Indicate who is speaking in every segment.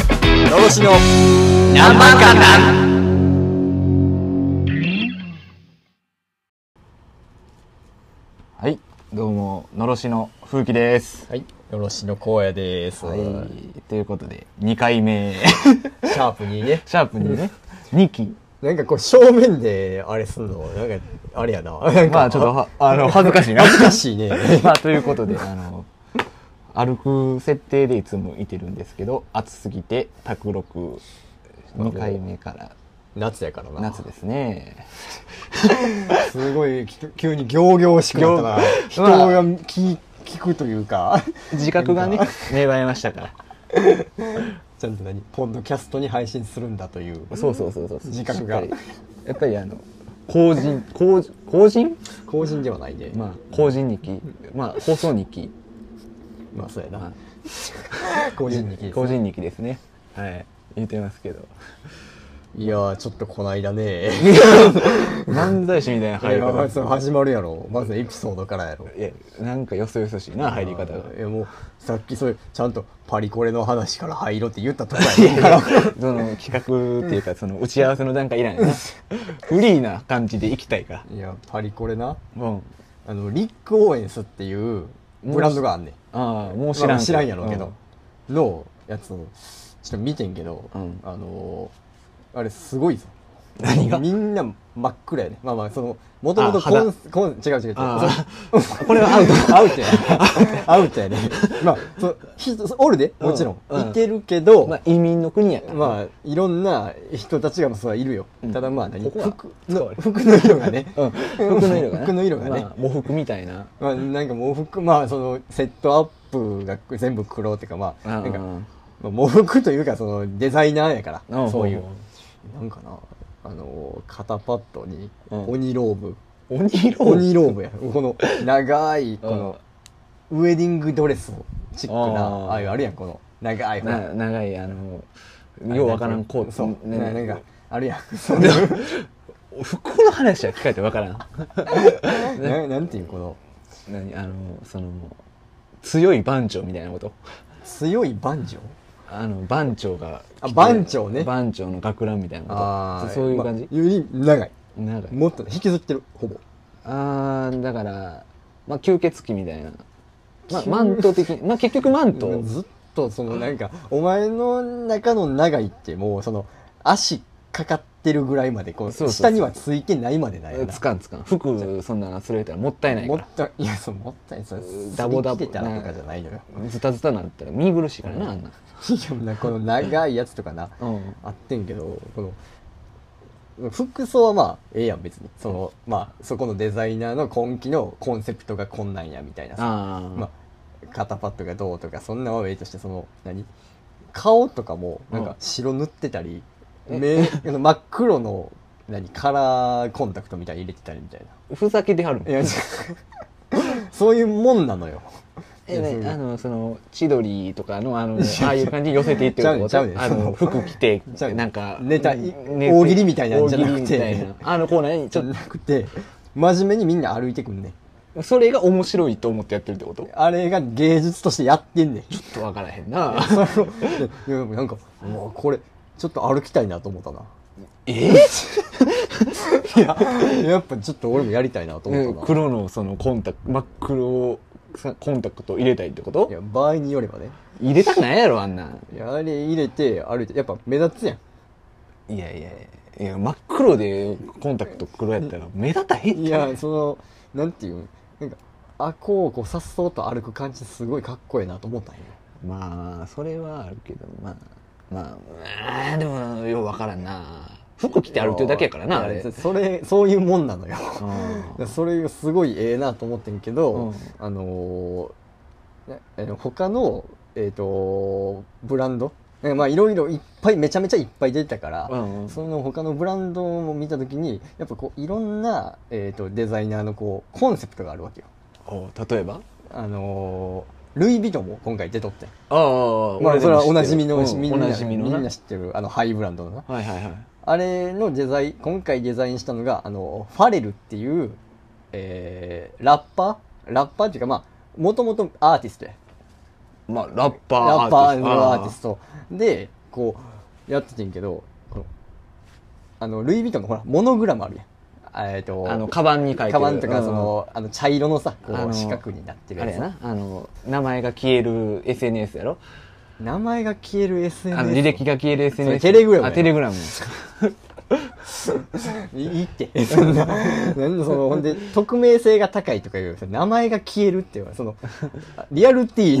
Speaker 1: 越しの何万かなん
Speaker 2: はい、どうも、のろしの風紀です。
Speaker 1: はいよろしの荒野です、
Speaker 2: はい、ということで、2回 目、
Speaker 1: シャープにね
Speaker 2: シャープにね、2期、
Speaker 1: なんかこう正面であれすんのなんかあれやななんか
Speaker 2: まあちょっとは、あの、恥ずかしい な。
Speaker 1: 恥ずかしいね
Speaker 2: まあ、ということで、あの、歩く設定でいつもいてるんですけど、暑すぎて、卓録、2回目から
Speaker 1: 夏やからな
Speaker 2: 夏ですね。
Speaker 1: すごいき急に行々しくなったな
Speaker 2: 行
Speaker 1: 人が聞聞くというか
Speaker 2: 自覚がね、芽生えましたから。
Speaker 1: ちゃんと何ポンドキャストに配信するんだという
Speaker 2: そうそうそうそう。
Speaker 1: 自覚が
Speaker 2: しっかりやっぱりあの、後人、後後人
Speaker 1: 後人ではないね
Speaker 2: まあ、後人日記、まあ、放送日記。
Speaker 1: まあそうや
Speaker 2: まあ
Speaker 1: な後人に聞い
Speaker 2: 個
Speaker 1: て
Speaker 2: 人力ですね
Speaker 1: はい
Speaker 2: 言ってます けど
Speaker 1: いやーちょっとこないだね
Speaker 2: 漫才師みたいな入り
Speaker 1: いやまあ
Speaker 2: 方
Speaker 1: その始まるやろまずエピソードからやろ
Speaker 2: いやなんかよそよそしいな入り方が
Speaker 1: いやもうさっきそれちゃんとパリコレの話から入ろうって言ったとこ やねんから
Speaker 2: その企画っていうかその打ち合わせの段階い らんよなフリーな感じで行きたいから
Speaker 1: いやパリコレな
Speaker 2: うん
Speaker 1: あのリック・オーエンスっていうブランドがあんねん
Speaker 2: ああもう知
Speaker 1: 知ら
Speaker 2: らん
Speaker 1: ん知らんやろうけど、のやつをちょっと見てんけど、
Speaker 2: うん
Speaker 1: あのーあれすごいぞ
Speaker 2: 何が
Speaker 1: みんな真っ暗やねまあまあそのもともと
Speaker 2: あ肌
Speaker 1: コンコン違う違う違う
Speaker 2: あ
Speaker 1: そこれはアウ トアウトやねアウト やねまあそひおるでもちろん、
Speaker 2: うんうん
Speaker 1: いてるけど、
Speaker 2: うんまあ移民の国やから
Speaker 1: まあいろんな人たちがそういるよ、ただまあ何
Speaker 2: ここは
Speaker 1: 服の服の色がね、
Speaker 2: うん服の色がね
Speaker 1: 服の色がね
Speaker 2: まあ喪服みたいな
Speaker 1: まあ、なんかもう服まあそのセットアップが全部黒っていうかまあ
Speaker 2: うん
Speaker 1: な
Speaker 2: うんん
Speaker 1: かまあ喪服というかそのデザイナーやか
Speaker 2: う
Speaker 1: ら
Speaker 2: ん
Speaker 1: そういう
Speaker 2: ほう
Speaker 1: なんかなあの肩パッドに
Speaker 2: うん
Speaker 1: 鬼ローブ
Speaker 2: 鬼色
Speaker 1: 鬼ローブやこの長いこのウェディングドレスをチック
Speaker 2: あ
Speaker 1: な
Speaker 2: ー
Speaker 1: ああいうあるやんこの長いほら
Speaker 2: な長いあのようわからんコート
Speaker 1: そう
Speaker 2: ね
Speaker 1: ななんかあるやんそ
Speaker 2: で
Speaker 1: の
Speaker 2: も服の話は聞かれてわからん
Speaker 1: ななんていうこの
Speaker 2: 何あのその強い番長みたいなこと
Speaker 1: 強いバンジョー
Speaker 2: あの番長が
Speaker 1: あ番長ね
Speaker 2: 番長の学ランみたいなこと
Speaker 1: あー
Speaker 2: そそういう感じ
Speaker 1: ま、あより長い
Speaker 2: なんか
Speaker 1: もっとね引きずってるほぼ
Speaker 2: あーだから、まあ、吸血鬼みたいな、まあ、マント的にまあ結局マント
Speaker 1: ずっとそのなんかお前の中の長いってもうその足かかってるぐらいまでこう
Speaker 2: そうそうそ
Speaker 1: 下
Speaker 2: う
Speaker 1: にはついてないまでだよな
Speaker 2: つかんつかん服そんなの忘れたらもったいない
Speaker 1: も
Speaker 2: か
Speaker 1: ったいやそうもったいないそれ
Speaker 2: ダボダボ
Speaker 1: 擦り切れたらとかじゃないのよ
Speaker 2: らズタズタなったら見苦しいからなあん
Speaker 1: い
Speaker 2: な、
Speaker 1: やなこの長いやつとかな
Speaker 2: うん、
Speaker 1: あってんけどこの服装はまあええやん別にそのまあそこのデザイナーの今季のコンセプトがこんなんやみたいなさ
Speaker 2: あー、
Speaker 1: まあ、肩パッドがどうとかそんなのはええとしてその何顔とかもなん
Speaker 2: うん
Speaker 1: か白塗ってたり、
Speaker 2: え
Speaker 1: 目あの真っ黒の何カラーコンタクトみたいに入れてたりみたいな
Speaker 2: ふざけてはる
Speaker 1: い やそういうもんなのよ
Speaker 2: え
Speaker 1: いや
Speaker 2: ね、
Speaker 1: そう
Speaker 2: あのその千鳥とかのあ のああいう感じに寄せていってるってこ
Speaker 1: ち
Speaker 2: と
Speaker 1: ゃうねんちゃ
Speaker 2: あ
Speaker 1: うねん
Speaker 2: の服着て
Speaker 1: ちゃうねん
Speaker 2: なんか
Speaker 1: ネタい
Speaker 2: ね
Speaker 1: 大喜利みたいなんじゃなくて
Speaker 2: 大喜利みたいなあのコーナーにち
Speaker 1: じゃ
Speaker 2: ょっ
Speaker 1: なくて真面目にみんな歩いてくんねん
Speaker 2: とそれが面白いと思ってやってるってことちょ
Speaker 1: あれが芸術としてやってんねん
Speaker 2: っとわからへんな
Speaker 1: その いやなんかもうこれちょっと歩きたいなと思ったな
Speaker 2: え
Speaker 1: やっぱちょっと俺もやりたいなと思ったな、
Speaker 2: 黒のそのコンタクト真っ黒さコンタクトを入れたいってこと
Speaker 1: いや場合によればね
Speaker 2: 入れたくないやろあんなん
Speaker 1: いやあれ入れて歩いてやっぱ目立つやん
Speaker 2: いやいやいやいや真っ黒でコンタクト黒やったら目立たへん
Speaker 1: いやそのなんていうんなんかあこうこうさっそうと歩く感じすごいかっこいいなと思ったんよ
Speaker 2: まあそれはあるけどまあまあうんでもようわからんな服着て歩いてるだけやからなあ
Speaker 1: い
Speaker 2: れ
Speaker 1: やそれそういうもんなのよ
Speaker 2: うん
Speaker 1: それがすごいええなと思ってんけど、
Speaker 2: うん
Speaker 1: あのーねえー他のえっ、とブランドなんかまあいろいろいっぱいめちゃめちゃいっぱい出てたから、
Speaker 2: うんうん
Speaker 1: その他のブランドも見た時にやっぱこういろんな、えー、とデザイナーのこうコンセプトがあるわけよ
Speaker 2: お例えば
Speaker 1: あのールイ・ヴィトンも今回出とってん
Speaker 2: ああ
Speaker 1: まあ、それはおなじみの、み
Speaker 2: み
Speaker 1: ん
Speaker 2: ん
Speaker 1: な
Speaker 2: なおなじみの
Speaker 1: み
Speaker 2: なん
Speaker 1: な知ってるあのハイブランドのな
Speaker 2: はいはいはい
Speaker 1: あれのデザイン今回デザインしたのがあのファレルっていう、えーラッパーラッパーっていうかまあもともとアーティストや
Speaker 2: まあラッパー
Speaker 1: ラッパーのアーティ
Speaker 2: ト
Speaker 1: ストでこうやっててんけどこのあのルイ・ヴィトンのほらモノグラムあるやんあえっと
Speaker 2: あのカバンに書いてる
Speaker 1: カバンとかそ
Speaker 2: うん
Speaker 1: の,、あの茶色のさこ
Speaker 2: あの
Speaker 1: う四角になってる
Speaker 2: あ
Speaker 1: や
Speaker 2: れ
Speaker 1: つ
Speaker 2: やなあの名前が消える SNS やろ
Speaker 1: 名前が消える SNS
Speaker 2: あの履歴が消える
Speaker 1: そ
Speaker 2: SNS
Speaker 1: れテレグラムや
Speaker 2: あテレグラム
Speaker 1: いいってそ んななんでそのほんで匿名性が高いとかいう名前が消えるっていうのはそのリアルティー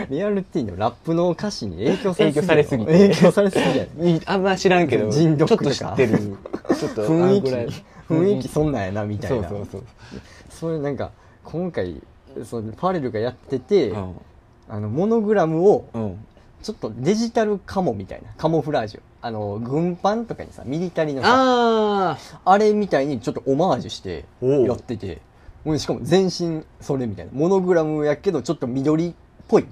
Speaker 1: の リアルティーのラップの歌詞に影響され
Speaker 2: 影響されすぎて
Speaker 1: 影響されすぎや
Speaker 2: いあんま知らんけど
Speaker 1: 人
Speaker 2: ちょ
Speaker 1: 読
Speaker 2: っ
Speaker 1: とか
Speaker 2: と知ってるちょっと
Speaker 1: 雰囲
Speaker 2: あんぐらい
Speaker 1: 気雰囲気そんなんやなみた
Speaker 2: そ
Speaker 1: いうな
Speaker 2: そうそう
Speaker 1: そういうなんか今回そのパレルがやってて、
Speaker 2: うん
Speaker 1: あのモノグラムを
Speaker 2: うん
Speaker 1: ちょっとデジタルカモみたいなカモフラージュあの軍パンとかにさミリタリーのさ
Speaker 2: ああ
Speaker 1: あれみたいにちょっとオマージュして
Speaker 2: おう
Speaker 1: やっててもうしかも全身それみたいなモノグラムやけどちょっと緑っぽい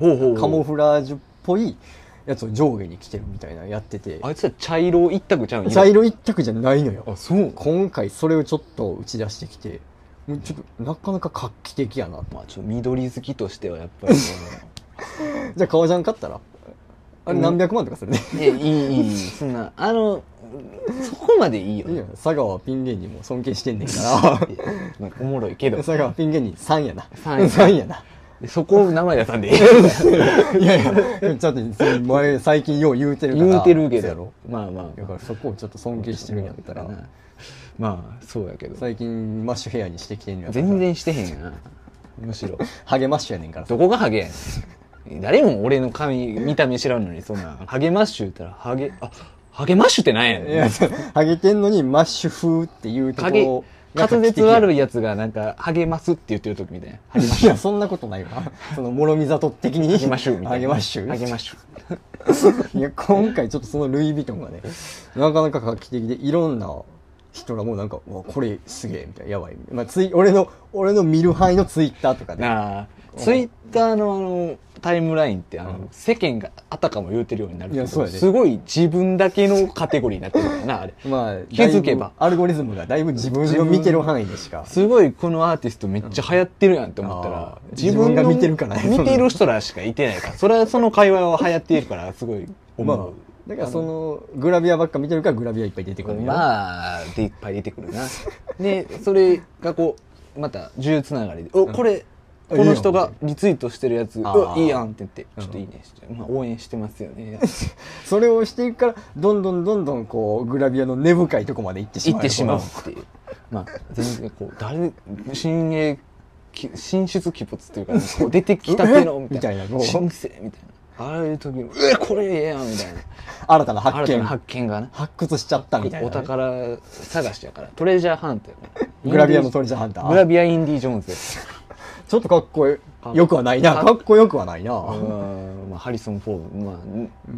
Speaker 2: ほうほう
Speaker 1: カモフラージュっぽいやつを上下に着てるみたいなのやってて
Speaker 2: あいつは茶色一択ちゃうん
Speaker 1: 茶色一択じゃないのよ
Speaker 2: あそう
Speaker 1: 今回それをちょっと打ち出してきてもうちょっとなかなか画期的やなと
Speaker 2: まあちょっと緑好きとしてはやっぱり
Speaker 1: じゃあ革ジャン買ったらあれ何百万とかするね、
Speaker 2: ねいやいいいいそんなあのそこまでいいよ
Speaker 1: いいよ佐川ピン芸人も尊敬してんねん から
Speaker 2: いやまあおもろいけど
Speaker 1: 佐川ピン芸人3やな
Speaker 2: 三 やな
Speaker 1: 三やな
Speaker 2: そこを名前出さんでいい
Speaker 1: いやいやでも ちょっと前最近よう言うてるから
Speaker 2: 言うてるけ
Speaker 1: そうやろ
Speaker 2: どまあまあ
Speaker 1: だからそこをちょっと尊敬してるんやったら
Speaker 2: まあそうやけど
Speaker 1: 最近マッシュヘアにしてきてんのやったら
Speaker 2: 全然してへんやなむしろ
Speaker 1: ハゲマッシュやねんから
Speaker 2: どこがハゲやねん誰も俺の髪見た目知らんのにそんなハゲマッシュ言ったらハゲあハゲマッシュってなんや
Speaker 1: い
Speaker 2: ね
Speaker 1: や
Speaker 2: ん
Speaker 1: そうハゲてんのにマッシュ風っていうとこ
Speaker 2: ハゲ
Speaker 1: ろが
Speaker 2: 滑舌悪
Speaker 1: い
Speaker 2: いやつがなんかハゲますって言ってる時みたいなハゲマッ
Speaker 1: い
Speaker 2: シュ
Speaker 1: やそんなことないわその諸見里的に
Speaker 2: ハゲマッシュみたいな
Speaker 1: ハゲマッシュ
Speaker 2: ハゲマッシュ
Speaker 1: いや今回ちょっとそのルイ・ヴィトンがねなかなか画期的でいろんな人がもうなんか「うわこれすげえ」みたいな「やばい」みたいな、まあ、ツイ俺の俺の見る範囲のツイッターとかで
Speaker 2: なあツイッターのあのタイムラインってあの、世間があたかも言うてるようになるけ
Speaker 1: い
Speaker 2: ど
Speaker 1: やそうやです
Speaker 2: ごい自分だけのカテゴリーになってるからなあれ
Speaker 1: まあだいぶ
Speaker 2: 気づけば
Speaker 1: アルゴリズムがだいぶ自分の見てる範囲でしか
Speaker 2: すごいこのアーティストめっちゃ流行ってるやんって思ったら、
Speaker 1: うん自分が見てるからね
Speaker 2: 見てる人らしかいてないからそれはその会話は流行っているからすごい思
Speaker 1: ま
Speaker 2: う、
Speaker 1: あだからそのグラビアばっか見てるからグラビアいっぱい出てくるんやろ
Speaker 2: まあでいっぱい出てくる なでそれがこうまた銃つながりで「おこれ、
Speaker 1: うん
Speaker 2: この人がリツイートしてるやつ
Speaker 1: ん
Speaker 2: お
Speaker 1: あー
Speaker 2: いいやん」って言って「ちょっといいね」して、まあ、応援してますよね
Speaker 1: それをしていくからどんどんどんどんこうグラビアの根深いとこ まで行ってしま
Speaker 2: 行
Speaker 1: う
Speaker 2: ってしまうっていうまあ全然こう誰新鋭き進出鬼没とい うか、こう出てきたてのみたいな
Speaker 1: みたいなこう
Speaker 2: 新生みたいなああいう時に「えこれええやん」みたいな
Speaker 1: 新たな
Speaker 2: 新
Speaker 1: 発
Speaker 2: た
Speaker 1: 見
Speaker 2: な発見がな
Speaker 1: 発掘しちゃったみたいなね、
Speaker 2: お宝探しやからトレジャーハントやか ら
Speaker 1: グラビアのトレジャーハンター
Speaker 2: グラビアインディ・ジョーンズやから
Speaker 1: ちょっとかっこよ
Speaker 2: か
Speaker 1: よくはないな
Speaker 2: か
Speaker 1: かっこよくはないな、
Speaker 2: うんまあ、ハリソン・フォード、ま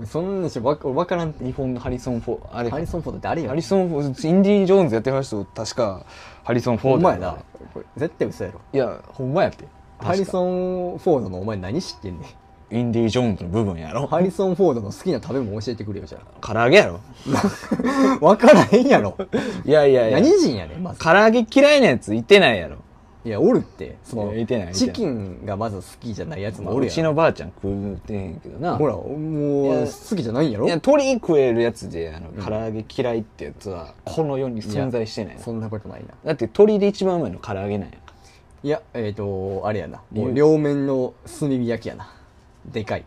Speaker 2: あん、
Speaker 1: そんなしわかわからんって
Speaker 2: 日本のハリソン・フォード、あれか
Speaker 1: ハリソン・フォード誰や
Speaker 2: ハリソン・フォード、インディ・ジョーンズやってましたよ確か、ハリソン・フォ
Speaker 1: お
Speaker 2: ード。
Speaker 1: 前な。これ絶対嘘やろ
Speaker 2: いや、ほんまやって。
Speaker 1: ハリ
Speaker 2: ン。
Speaker 1: ソン・フォードのお前何知ってんねん
Speaker 2: インディ・ジョーンズの部分やろ。
Speaker 1: ハリソン・フォードの好きな食べ物教えてくれよじゃ
Speaker 2: 唐揚げやろ。
Speaker 1: あ わからへんやろ
Speaker 2: いやいやいや。
Speaker 1: 何人やねんまず
Speaker 2: 唐揚げ嫌いなやついてないやろ。
Speaker 1: いやおるってその
Speaker 2: いやいてないいてない
Speaker 1: チキンがまず好きじゃないやつ
Speaker 2: ま
Speaker 1: も
Speaker 2: あ
Speaker 1: おる
Speaker 2: う
Speaker 1: や
Speaker 2: ち
Speaker 1: ん
Speaker 2: のばあちゃん食うてへんけどな。
Speaker 1: ほらも
Speaker 2: いうや
Speaker 1: 好きじゃないんやろ
Speaker 2: いや、鳥食えるやつで、あの、唐揚げ嫌いってやつは、この世に存在してないな
Speaker 1: そんなことないな
Speaker 2: だって鳥で一番うまいの唐揚げなんやから。
Speaker 1: いやえっ、ー、とあれやなもう両面の炭火焼きやなでかい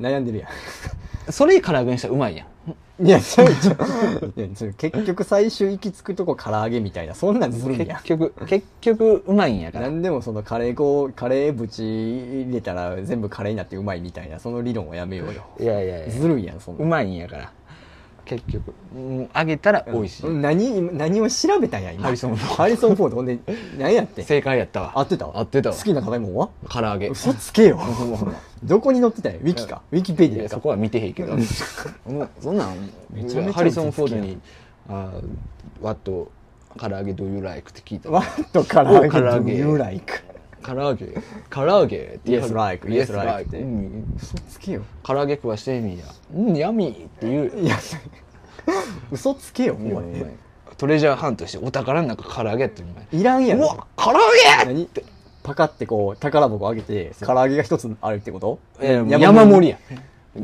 Speaker 1: 悩んでるやん
Speaker 2: それ唐揚げにしたらうまいやん。
Speaker 1: いや、ちょいちょいいやちょい結局最終行き着くとこ唐揚げみたいな、そんなんずるいや
Speaker 2: 結局、結局うまいんや
Speaker 1: ん。
Speaker 2: か
Speaker 1: な
Speaker 2: ら。
Speaker 1: んでもそのカレー粉を、カレーぶち入れたら全部カレーになってうまいみたいな、その理論はやめようよ。
Speaker 2: いやいやいや、
Speaker 1: ずるいやん、そん
Speaker 2: う
Speaker 1: な。
Speaker 2: まいんやから。結局、うん揚げたら美味しい。
Speaker 1: 何、何を調べたんや、今。
Speaker 2: ハリソンフォード
Speaker 1: ハリソンフォード。ほんで、何やってん
Speaker 2: 正解やったわ。
Speaker 1: 合ってたわ。
Speaker 2: 合ってたわ
Speaker 1: 好。きな食べ物は
Speaker 2: 唐揚げ。
Speaker 1: 嘘つけよ。
Speaker 2: ほんまほんま
Speaker 1: どこに載ってたんやウィキか。ウィキペデ
Speaker 2: い
Speaker 1: ィ
Speaker 2: や
Speaker 1: ア
Speaker 2: そ
Speaker 1: か。
Speaker 2: こは見てへんけどもうそんなん
Speaker 1: めちゃめちゃ
Speaker 2: ハリソン・フォードに「あワット唐揚げどういうライク」って聞いたら
Speaker 1: わっと唐揚げ、
Speaker 2: 唐揚げ
Speaker 1: you like。
Speaker 2: 唐揚げ唐揚げ」って言
Speaker 1: Yes, like.
Speaker 2: Yes,
Speaker 1: Yes, like.
Speaker 2: like. うん
Speaker 1: 嘘つけよ。
Speaker 2: 唐揚げ食わしてみやうんやみーって言う
Speaker 1: いや、 嘘つけよ、お
Speaker 2: お前お
Speaker 1: 前。
Speaker 2: 前トレジャーハントしてお宝の中唐揚げやってお前
Speaker 1: いらんや
Speaker 2: う
Speaker 1: ろ。
Speaker 2: わ唐揚げ
Speaker 1: 何パカってこう宝箱を開けて唐揚げが一つあるってこと
Speaker 2: いやいや山盛りや唐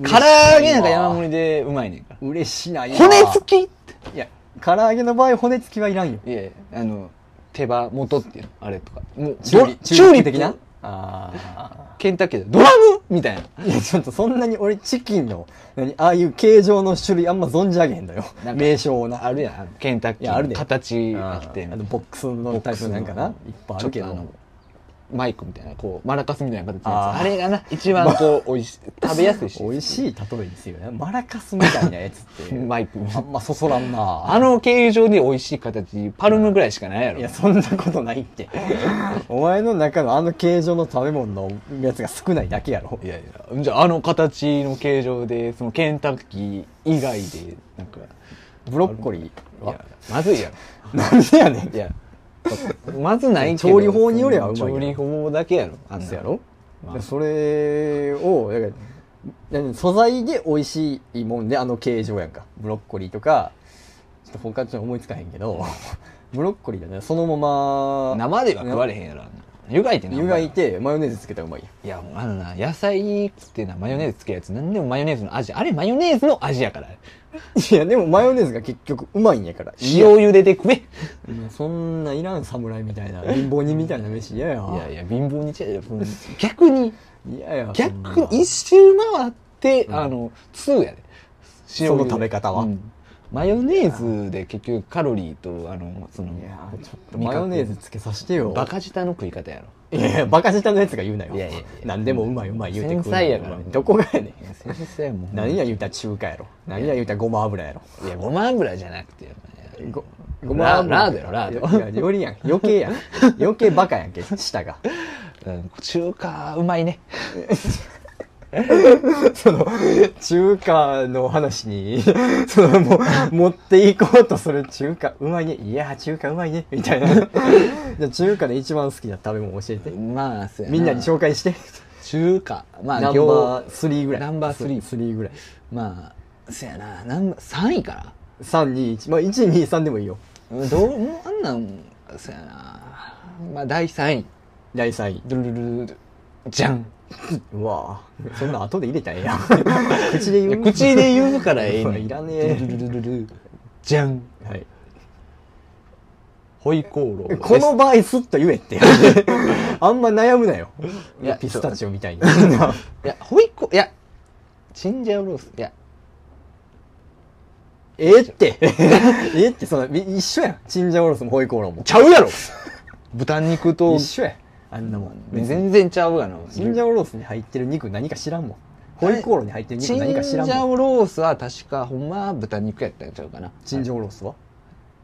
Speaker 2: 揚げなんか山盛りでうまいねんから。
Speaker 1: 嬉しないわ
Speaker 2: 骨付きって。
Speaker 1: いや唐揚げの場合骨付きはいらんよ
Speaker 2: いやあの、手羽元っていうの、あれとか。もう、
Speaker 1: チューリ
Speaker 2: ドチューリップ
Speaker 1: 的なあ
Speaker 2: ケンタッキーで、ドラムみたいな。
Speaker 1: あいやちょっとそんなに俺チキンの何ああいう形状の種類あんま存じ上げへんのよ
Speaker 2: なんか
Speaker 1: 名称をな
Speaker 2: あるやんあの、ケンタッキ
Speaker 1: いやあ
Speaker 2: ー
Speaker 1: る
Speaker 2: の
Speaker 1: で
Speaker 2: 形
Speaker 1: あ
Speaker 2: あって。
Speaker 1: ーあのボックスのタイプなんかないっぱいあるけ
Speaker 2: ちょっとあ
Speaker 1: ど
Speaker 2: のマイクみたいな、こう、マラカスみたいな形のや
Speaker 1: あ
Speaker 2: つ。
Speaker 1: ー
Speaker 2: あれがな、一番こう、おいし、食べやすいし。
Speaker 1: 美味しい例えですよねマラカスみたいなやつって
Speaker 2: マイク。
Speaker 1: あんまそそらんな
Speaker 2: あの形状で美味しい形、パルムぐらいしかないやろ。
Speaker 1: いやそんなことないってお前の中のあの形状の食べ物のやつが少ないだけやろ
Speaker 2: いやいや、じゃああの形の形状で、そのケンタッキー以外で、なんか、
Speaker 1: ブロッコリー
Speaker 2: い
Speaker 1: は
Speaker 2: や、まず いや
Speaker 1: なんでやねん
Speaker 2: ろ。いや、まずないけど。
Speaker 1: 調理法によりゃうまいけど
Speaker 2: 調理法だけやろ。あんな
Speaker 1: そうやろ、
Speaker 2: まあ
Speaker 1: でそれをだから何素材で美味しいもんであの形状やんかブロッコリーとかちょっと他ちょっと思いつかへんけど ブロッコリーだねそのまま
Speaker 2: 生では食われへんやろ。あんな湯がいてな。
Speaker 1: 湯がい。てマヨネーズつけたらうまいやん
Speaker 2: いや、もうあのな、野菜っつってな、マヨネーズつけるやつ、なんでもマヨネーズの味。あれ、マヨネーズの味やから。
Speaker 1: いやでもマヨネーズが結局うまいんやからいいやん
Speaker 2: 塩茹でて食え。い
Speaker 1: そんないらん侍みたいな貧乏人みたいな飯嫌や
Speaker 2: やいや、貧乏にちゃうよ。うん逆に、
Speaker 1: 嫌や
Speaker 2: 逆
Speaker 1: そんな
Speaker 2: に一周回って、
Speaker 1: ん
Speaker 2: あの通やで
Speaker 1: その食べ方は
Speaker 2: んマヨネーズで結局カロリーとあのその
Speaker 1: いやちょっとマヨネーズつけさせてよ
Speaker 2: バカ舌の食い方やろ
Speaker 1: いやいやバカ舌のやつが言うなよ
Speaker 2: いやいやいや
Speaker 1: 何でもうまいうまい言うてくる
Speaker 2: 繊細やから
Speaker 1: どこがやねん
Speaker 2: いや先生もう
Speaker 1: 何や言うたら中華やろ何や言うたらごま油やろ
Speaker 2: いやごま油じゃなくていや
Speaker 1: ご
Speaker 2: ごま油ラードやろラード
Speaker 1: いやいやよりやん余計 やん余計バカやんけ舌が
Speaker 2: うん中華うまいね
Speaker 1: その中華の話に そのもう持っていこうとする中華うまいねいや中華うまいねみた いなじゃあ中華で一番好きな食べ物教えて
Speaker 2: まあそうや
Speaker 1: みんなに紹介して
Speaker 2: 中華まあ
Speaker 1: ナン
Speaker 2: 今
Speaker 1: バー
Speaker 2: 日
Speaker 1: 3ぐらい
Speaker 2: ナンバー3
Speaker 1: スリーぐらい
Speaker 2: まあそうやなナンバ3位から
Speaker 1: 321まあ123でもいいよ
Speaker 2: うんどうもうあんなんそうやなまあ第3位
Speaker 1: 第3位
Speaker 2: ドゥルルルルじゃん
Speaker 1: うわぁそんなん後で入れたらええや ん口で
Speaker 2: いや
Speaker 1: 言う
Speaker 2: 口で言うからええ
Speaker 1: うわ
Speaker 2: ね ん
Speaker 1: いらねえ
Speaker 2: ルルルルルルじゃん
Speaker 1: はい
Speaker 2: ホイコーローです
Speaker 1: この場合スッと言えって あんま悩むなよ
Speaker 2: いや
Speaker 1: ピスタチオみたいにあ
Speaker 2: いやホイコいやチンジャオロースいや
Speaker 1: ええってええってそのみ一緒やんチンジャオロースもホイコーローも
Speaker 2: ちゃうやろ豚肉と
Speaker 1: 一緒やあんなもん別に
Speaker 2: 全然ちゃうがな
Speaker 1: チンジャオロースに入ってる肉何か知らんもんホイコーローに入ってる
Speaker 2: チ
Speaker 1: 肉
Speaker 2: ンジ
Speaker 1: 何か知らん
Speaker 2: ャ
Speaker 1: もん
Speaker 2: オロースは確かほんまは豚肉やったんちゃうかな
Speaker 1: チンジャオロースは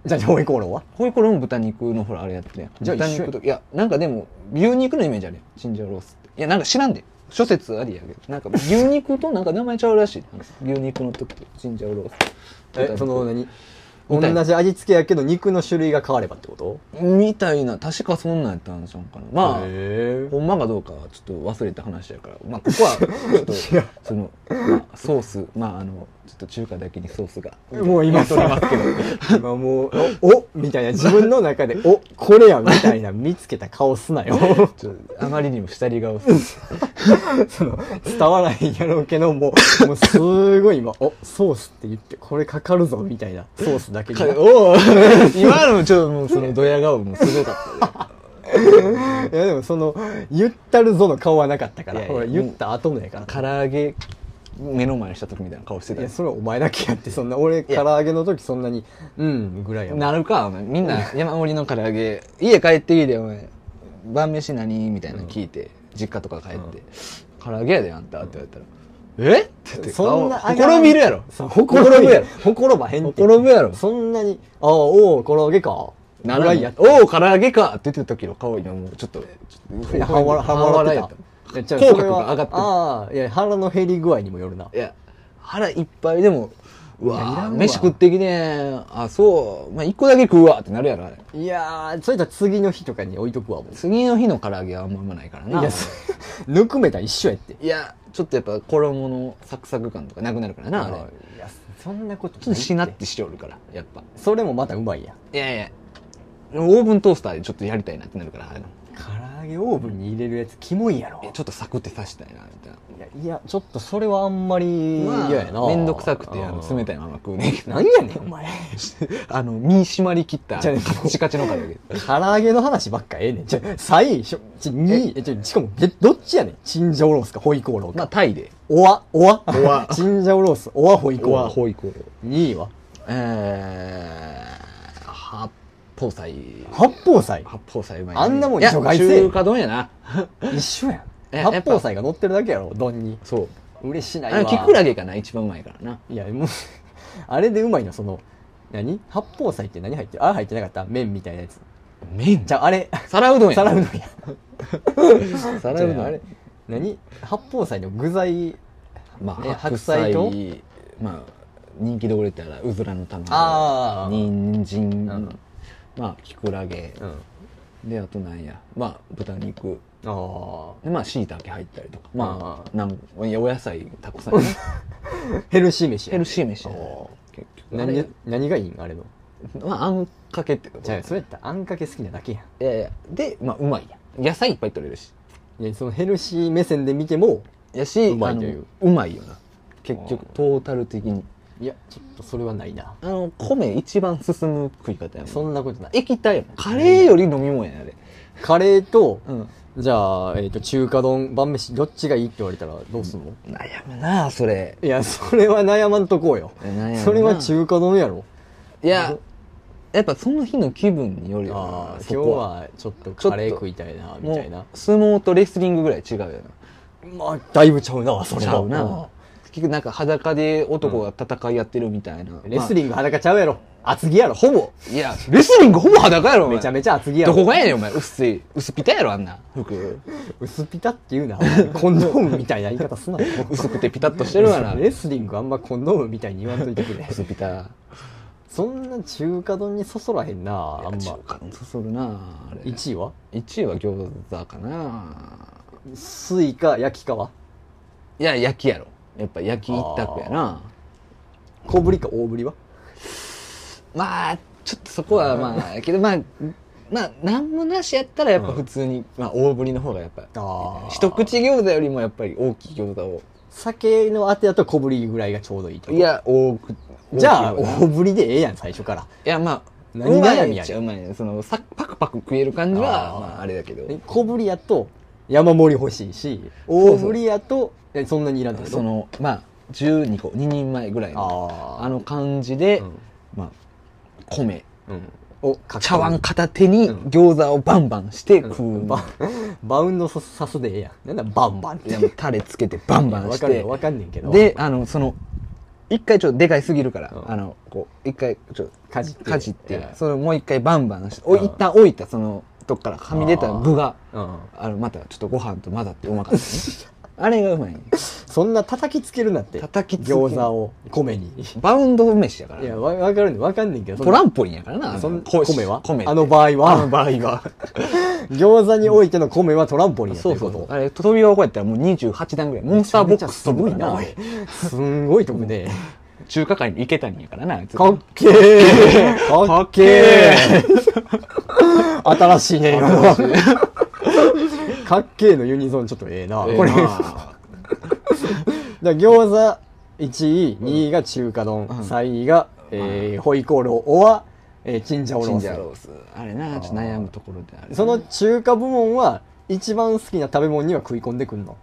Speaker 1: じゃあホイコーローは
Speaker 2: ホイコーローも豚肉のほらあれやってるやん
Speaker 1: じゃあ
Speaker 2: 豚
Speaker 1: 一緒や
Speaker 2: 肉といやなんかでも牛肉のイメージあるやんチンジャオロースっていやなんか知らんで諸説ありやけどなんか牛肉となんか名前ちゃうらしいな牛肉の時とチンジャオロース
Speaker 1: えその何
Speaker 2: みたいな
Speaker 1: 同じ味付けやけど肉の種類が変わればってこと
Speaker 2: みたいな確かそんなんやったんじゃんかなまあ
Speaker 1: へ
Speaker 2: ほんまかどうかはちょっと忘れた話やからまあここ はちょっとその、まあソースまああのちょっと中華だけにソース が
Speaker 1: えもう今
Speaker 2: 取りますけど
Speaker 1: え 今もうおおみたいな自分の中でおこれやみたいな見つけた顔す なよ
Speaker 2: ちょっとあまりにも下り顔する
Speaker 1: その伝わらへんやろうけどもうもうすごい今おソースって言ってこれかかるぞみたいなソースだけに
Speaker 2: か おお 今のちょっともうそのドヤ顔もすごかっ
Speaker 1: いやでもその言ったるぞの顔はなかったから
Speaker 2: いやいや
Speaker 1: 俺言った後のやから
Speaker 2: た唐揚げ目の前にした時みたいな顔して
Speaker 1: い
Speaker 2: た
Speaker 1: やそれはお前だけやってそんな俺唐揚げの時そんなにうんぐらいやもん
Speaker 2: なるかお前みんな山盛りの唐揚げ家帰っていいでお前晩飯何みたいなの聞いて、実家とか帰って、唐揚げやであんたって言われたら、えって言って
Speaker 1: そんな
Speaker 2: あほころびるやろ
Speaker 1: そうほころびやろほころばへん
Speaker 2: ほ
Speaker 1: って
Speaker 2: ころびやろ
Speaker 1: そんなに「ああおお唐揚げか」
Speaker 2: な
Speaker 1: ぐら
Speaker 2: らん
Speaker 1: い
Speaker 2: や
Speaker 1: や
Speaker 2: おお唐揚げかって言ってた時の顔今もうちょっとちょっと
Speaker 1: いや半笑半笑ってたいやじゃあ
Speaker 2: 口
Speaker 1: それ
Speaker 2: 角
Speaker 1: は
Speaker 2: が上がってる
Speaker 1: ああいや腹の減り具合にもよるない
Speaker 2: や腹いっぱいでもう
Speaker 1: いやいら
Speaker 2: わ
Speaker 1: んわ
Speaker 2: 飯食ってきてんあそうまあ一個だけ食うわってなるやろあれ
Speaker 1: いやーそれじゃ次の日とかに置いとくわもう
Speaker 2: 次の日の唐揚げはあんまうまないからない
Speaker 1: いやそぬくめたら一緒やって
Speaker 2: いやちょっとやっぱ衣のサクサク感とかなくなるからなあれ
Speaker 1: いやそんなこと
Speaker 2: ちょっとしなってしておるからやっぱ
Speaker 1: それもまたうまいやん
Speaker 2: いやいやオーブントースターでちょっとやりたいなってなるからあれの
Speaker 1: 唐揚揚げオーブンに入れるやつキモいやろ
Speaker 2: えちょっとサクって刺したいなみたいない
Speaker 1: やいやちょっとそれはあんまり
Speaker 2: まあ
Speaker 1: 嫌やな
Speaker 2: めんどくさくてあの冷
Speaker 1: い
Speaker 2: たいまま食うねんけど
Speaker 1: 何やねんお 前
Speaker 2: あの身締まりきったカ
Speaker 1: じゃあね
Speaker 2: ッチカチの唐揚げ
Speaker 1: 唐揚げの話ばっかええねんちょ最初ちにえちょしかもえどっちやねんチンジャオロースかホイコーロー
Speaker 2: まあ
Speaker 1: か、
Speaker 2: タイで
Speaker 1: おわおわ
Speaker 2: おわ
Speaker 1: チンジャオロースおわホイコーロー
Speaker 2: ホイコーロー
Speaker 1: 2位は
Speaker 2: えー八宝菜
Speaker 1: 八宝菜
Speaker 2: 八宝菜うまい
Speaker 1: あんなもん
Speaker 2: いや
Speaker 1: 除外せえ
Speaker 2: 中華丼やな
Speaker 1: 一緒や
Speaker 2: え
Speaker 1: ん八宝菜が乗ってるだけやろ丼に
Speaker 2: そう
Speaker 1: 嬉しない
Speaker 2: あ
Speaker 1: わ
Speaker 2: のキクラゲかな一番うまいからない
Speaker 1: やもう あれでうまいのその何八宝菜って何入ってるあれ入ってなかった麺みたいなやつ
Speaker 2: 麺
Speaker 1: じゃああれ
Speaker 2: 皿うどんや
Speaker 1: 皿うどんや
Speaker 2: 皿うど
Speaker 1: じ
Speaker 2: ん
Speaker 1: ゃああれ何八宝菜の具材
Speaker 2: ま
Speaker 1: ね
Speaker 2: あ白
Speaker 1: 白
Speaker 2: 菜
Speaker 1: 菜と
Speaker 2: まあ人気どころで言ったらうずらの卵
Speaker 1: あー
Speaker 2: 人参、
Speaker 1: ん
Speaker 2: まあきくらげ
Speaker 1: うんあ
Speaker 2: であとなんやまあ豚肉
Speaker 1: あ
Speaker 2: でまあしいたけ入ったりとかま
Speaker 1: あ
Speaker 2: あなんいやお野菜たくさんやな
Speaker 1: ヘルシー飯や
Speaker 2: ヘルシー飯やな
Speaker 1: お
Speaker 2: 結局あれ
Speaker 1: 何何がいいんあれの
Speaker 2: まああんかけってこと
Speaker 1: じゃあそれやったらあんかけ好きなだけやん
Speaker 2: いやいやでまあうまいやん野菜いっぱい取れるし
Speaker 1: いやそのヘルシー目線で見ても
Speaker 2: やし
Speaker 1: うまいという
Speaker 2: あのうまいよな結局トータル的に
Speaker 1: いやちょっとそれはないな
Speaker 2: あの米一番進む食い方やもん
Speaker 1: そんなことない
Speaker 2: 液体やもんカレーより飲み物やねあれ
Speaker 1: カレーと
Speaker 2: うん
Speaker 1: じゃあ、えっと中華丼晩飯どっちがいいって言われたらどうすんの、
Speaker 2: 悩むなあそれ
Speaker 1: いやそれは悩まんとこうよ
Speaker 2: 悩むな
Speaker 1: それは中華丼やろ
Speaker 2: いややっぱその日の気分によるよ
Speaker 1: ああ
Speaker 2: な
Speaker 1: 今日
Speaker 2: そこは
Speaker 1: はちょっとカレー食いたいなみたいな
Speaker 2: もう相撲とレスリングぐらい違うよな
Speaker 1: まあだいぶちゃうなそれ
Speaker 2: ち
Speaker 1: は
Speaker 2: ゃうな結局なんか裸で男が戦いやってるみたいな、
Speaker 1: うんレス
Speaker 2: リ
Speaker 1: リング裸ちゃうやろ厚着やろほぼ
Speaker 2: ングいやレスリングほぼ裸やろお前
Speaker 1: めちゃめちゃ厚着や
Speaker 2: どこ
Speaker 1: ろ
Speaker 2: がやねんお前薄い薄ピタやろあんな服
Speaker 1: 薄ピタって言うなお 前コンドームみたいな言い方す なよ
Speaker 2: 薄くてピタッとしてるわな
Speaker 1: レスリングあんまコンドームみたいに言わんといてくれ
Speaker 2: 薄ピタ
Speaker 1: そんな中華丼にそそらへんなあんま
Speaker 2: 中華のそそるなああれ
Speaker 1: 1位は
Speaker 2: 1位は餃子かな
Speaker 1: スイカ焼きかはい
Speaker 2: や焼きやろやっぱ焼き一択やな
Speaker 1: 小ぶりか大ぶりは
Speaker 2: まあちょっとそこはまあけどまあまあ何もなしやったらやっぱ普通に、まあ大ぶりの方がやっぱ
Speaker 1: あー
Speaker 2: 一口餃子よりもやっぱり大きい餃子を
Speaker 1: 酒のあてだと小ぶりぐらいがちょうどいいと
Speaker 2: いや多く
Speaker 1: じゃあ
Speaker 2: 大きい餃子
Speaker 1: 大ぶりでええやん最初から
Speaker 2: いやまあ
Speaker 1: 何
Speaker 2: うま
Speaker 1: が
Speaker 2: い
Speaker 1: やみやねん
Speaker 2: っちゃうまいねそのさパクパク食える感じは
Speaker 1: あー
Speaker 2: まああれだけど
Speaker 1: え小ぶりやと山盛り欲しいし大ぶりやとえそんなにいらんってこと
Speaker 2: そのまあ12個2人前ぐらいの
Speaker 1: あ
Speaker 2: あの感じで、
Speaker 1: うん
Speaker 2: まあ米
Speaker 1: あうん おかっこいい
Speaker 2: 茶碗片手に餃子をバンバンして食う、
Speaker 1: ババウンドささすでええやんなんだバンバンっ
Speaker 2: い
Speaker 1: て
Speaker 2: やもうタレつけてバンバン
Speaker 1: わ
Speaker 2: し
Speaker 1: かる
Speaker 2: て
Speaker 1: よわかんねんけど
Speaker 2: であのその一回ちょっとでかいすぎるから、
Speaker 1: うん
Speaker 2: あのこう一回ちょっと
Speaker 1: かじって
Speaker 2: かじって、
Speaker 1: うん
Speaker 2: それをもう一回バンバンしてお
Speaker 1: うん
Speaker 2: 一旦置いたそのとこからはみ出た具が
Speaker 1: うん
Speaker 2: あのまたちょっとご飯と混ざってうまかったね あれがうまいね
Speaker 1: そんな叩きつけるなって
Speaker 2: 叩きつける
Speaker 1: 餃子を米にい
Speaker 2: バウンド飯やから
Speaker 1: やわわかるねんわかんねんけど
Speaker 2: トランポリンやからな
Speaker 1: そん
Speaker 2: こうし
Speaker 1: 米は
Speaker 2: 米って
Speaker 1: あの場合は
Speaker 2: あ の場合は
Speaker 1: 餃子においての米はトランポリンやって
Speaker 2: そ
Speaker 1: る
Speaker 2: うそ
Speaker 1: こ
Speaker 2: うそ
Speaker 1: と
Speaker 2: うあれ飛び箱やったらもう28段ぐらいモンスターボックス
Speaker 1: すごいな
Speaker 2: な
Speaker 1: おいすんごい飛ぶね
Speaker 2: 中華街の池谷やからなあいつ
Speaker 1: かっけえかっけえ新しいね今のはかっけえのユニゾンちょっとええな、
Speaker 2: ええ
Speaker 1: これ
Speaker 2: な
Speaker 1: だから餃子1位2位が中華丼、3位が、えーホイコーローおは、えーチンジャオロ
Speaker 2: チン
Speaker 1: ー
Speaker 2: ジャ
Speaker 1: ス
Speaker 2: オロースあれなちょっと悩むところである
Speaker 1: その中華部門は一番好きな食べ物には食い込んでくんの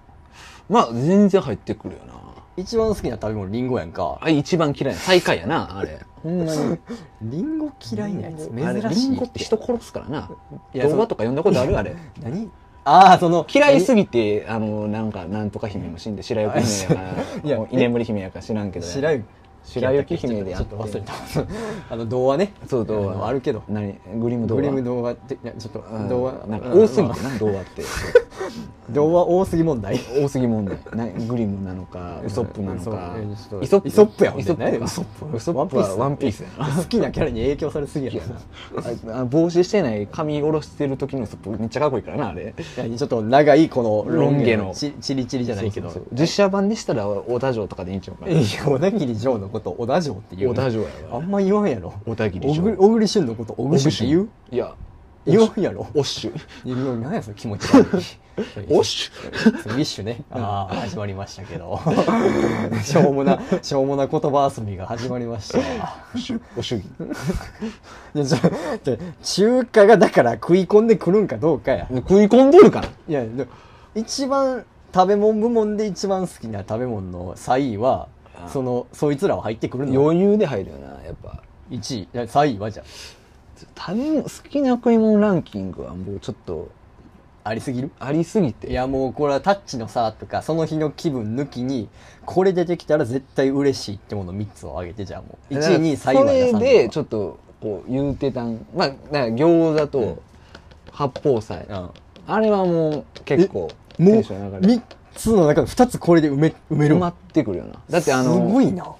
Speaker 2: まあ全然入ってくるよな
Speaker 1: 一番好きな食べ物リンゴやんか
Speaker 2: あれ一番嫌いな最下位やなあれほんまに
Speaker 1: リンゴ嫌いなやつ
Speaker 2: あれ
Speaker 1: 珍
Speaker 2: リ
Speaker 1: し
Speaker 2: ン
Speaker 1: い
Speaker 2: ゴって人殺すからない
Speaker 1: やそ
Speaker 2: 動
Speaker 1: の
Speaker 2: 画とか読んだことあ るあれ
Speaker 1: 何ああその
Speaker 2: 嫌いすぎてあのなんかなんとか姫も死んで白雪姫やか
Speaker 1: いや
Speaker 2: もう居眠り姫やか知らんけどや
Speaker 1: 白雪
Speaker 2: 白雪姫でや
Speaker 1: ちょ
Speaker 2: っ
Speaker 1: ってと忘れたあの童話ね
Speaker 2: そう童
Speaker 1: あ
Speaker 2: 話
Speaker 1: のあるけど
Speaker 2: 何グリム童話
Speaker 1: グリム童話っていやちょっと
Speaker 2: うん
Speaker 1: 童話
Speaker 2: なんか
Speaker 1: うん
Speaker 2: 多すぎてな童話って
Speaker 1: 童話多すぎ問題
Speaker 2: 多すぎ問題なグリムなのかウソップなのか
Speaker 1: うんそうえちょっとイソップやもんね
Speaker 2: イソップ
Speaker 1: 何や
Speaker 2: か
Speaker 1: ウソップ
Speaker 2: ウソップはワンピースやな
Speaker 1: 好きなキャラに影響されすぎやな
Speaker 2: ああ帽子してない髪下ろしてる時のウソップめっちゃかっこいいからなあれ
Speaker 1: いやちょっと長いこの
Speaker 2: ロン毛の
Speaker 1: ちチリチリじゃないけど
Speaker 2: そうそうそう実写版でしたら小田城とかでいいんちゃうか
Speaker 1: いや小田切城のこと小田城って言う
Speaker 2: 小田城や
Speaker 1: あ
Speaker 2: わ
Speaker 1: んま言わんやろ
Speaker 2: 小田切
Speaker 1: 小
Speaker 2: 城
Speaker 1: 栗小栗旬のこと小栗旬って言う
Speaker 2: いや
Speaker 1: 言わんやろ
Speaker 2: オッシュ
Speaker 1: 言うようになんやその気持ち悪い
Speaker 2: オッシュ
Speaker 1: そのウィッシュねああ始まりましたけどしょうもなしょうもな言葉遊びが始まりましたわ
Speaker 2: オッシュオッシュギ
Speaker 1: いやちょちょ中華がだから食い込んでくるんかどうかや
Speaker 2: 食い込んどるから
Speaker 1: いやでも一番食べ物部門で一番好きな食べ物の3位は
Speaker 2: あ
Speaker 1: そのそいつらは入ってくるの
Speaker 2: 余裕で入るよなやっぱ
Speaker 1: 1位いや3位はじゃ
Speaker 2: 食べ物好きな食い物ランキングはもうちょっと
Speaker 1: あありすぎる
Speaker 2: ありすぎて
Speaker 1: いやもうこれはタッチの差とかその日の気分抜きにこれ出てきたら絶対嬉しいってもの3つを挙げてじゃあもう1位2位3位は
Speaker 2: それでち
Speaker 1: ょっ
Speaker 2: ょっとこう言うてたんまあだから餃子と八宝菜、あれはもう結構
Speaker 1: うん、もう
Speaker 2: テンション上がる
Speaker 1: 3つの中の2つこれで埋め埋める
Speaker 2: 埋まってくるよなだってあの
Speaker 1: すごいな
Speaker 2: ちょ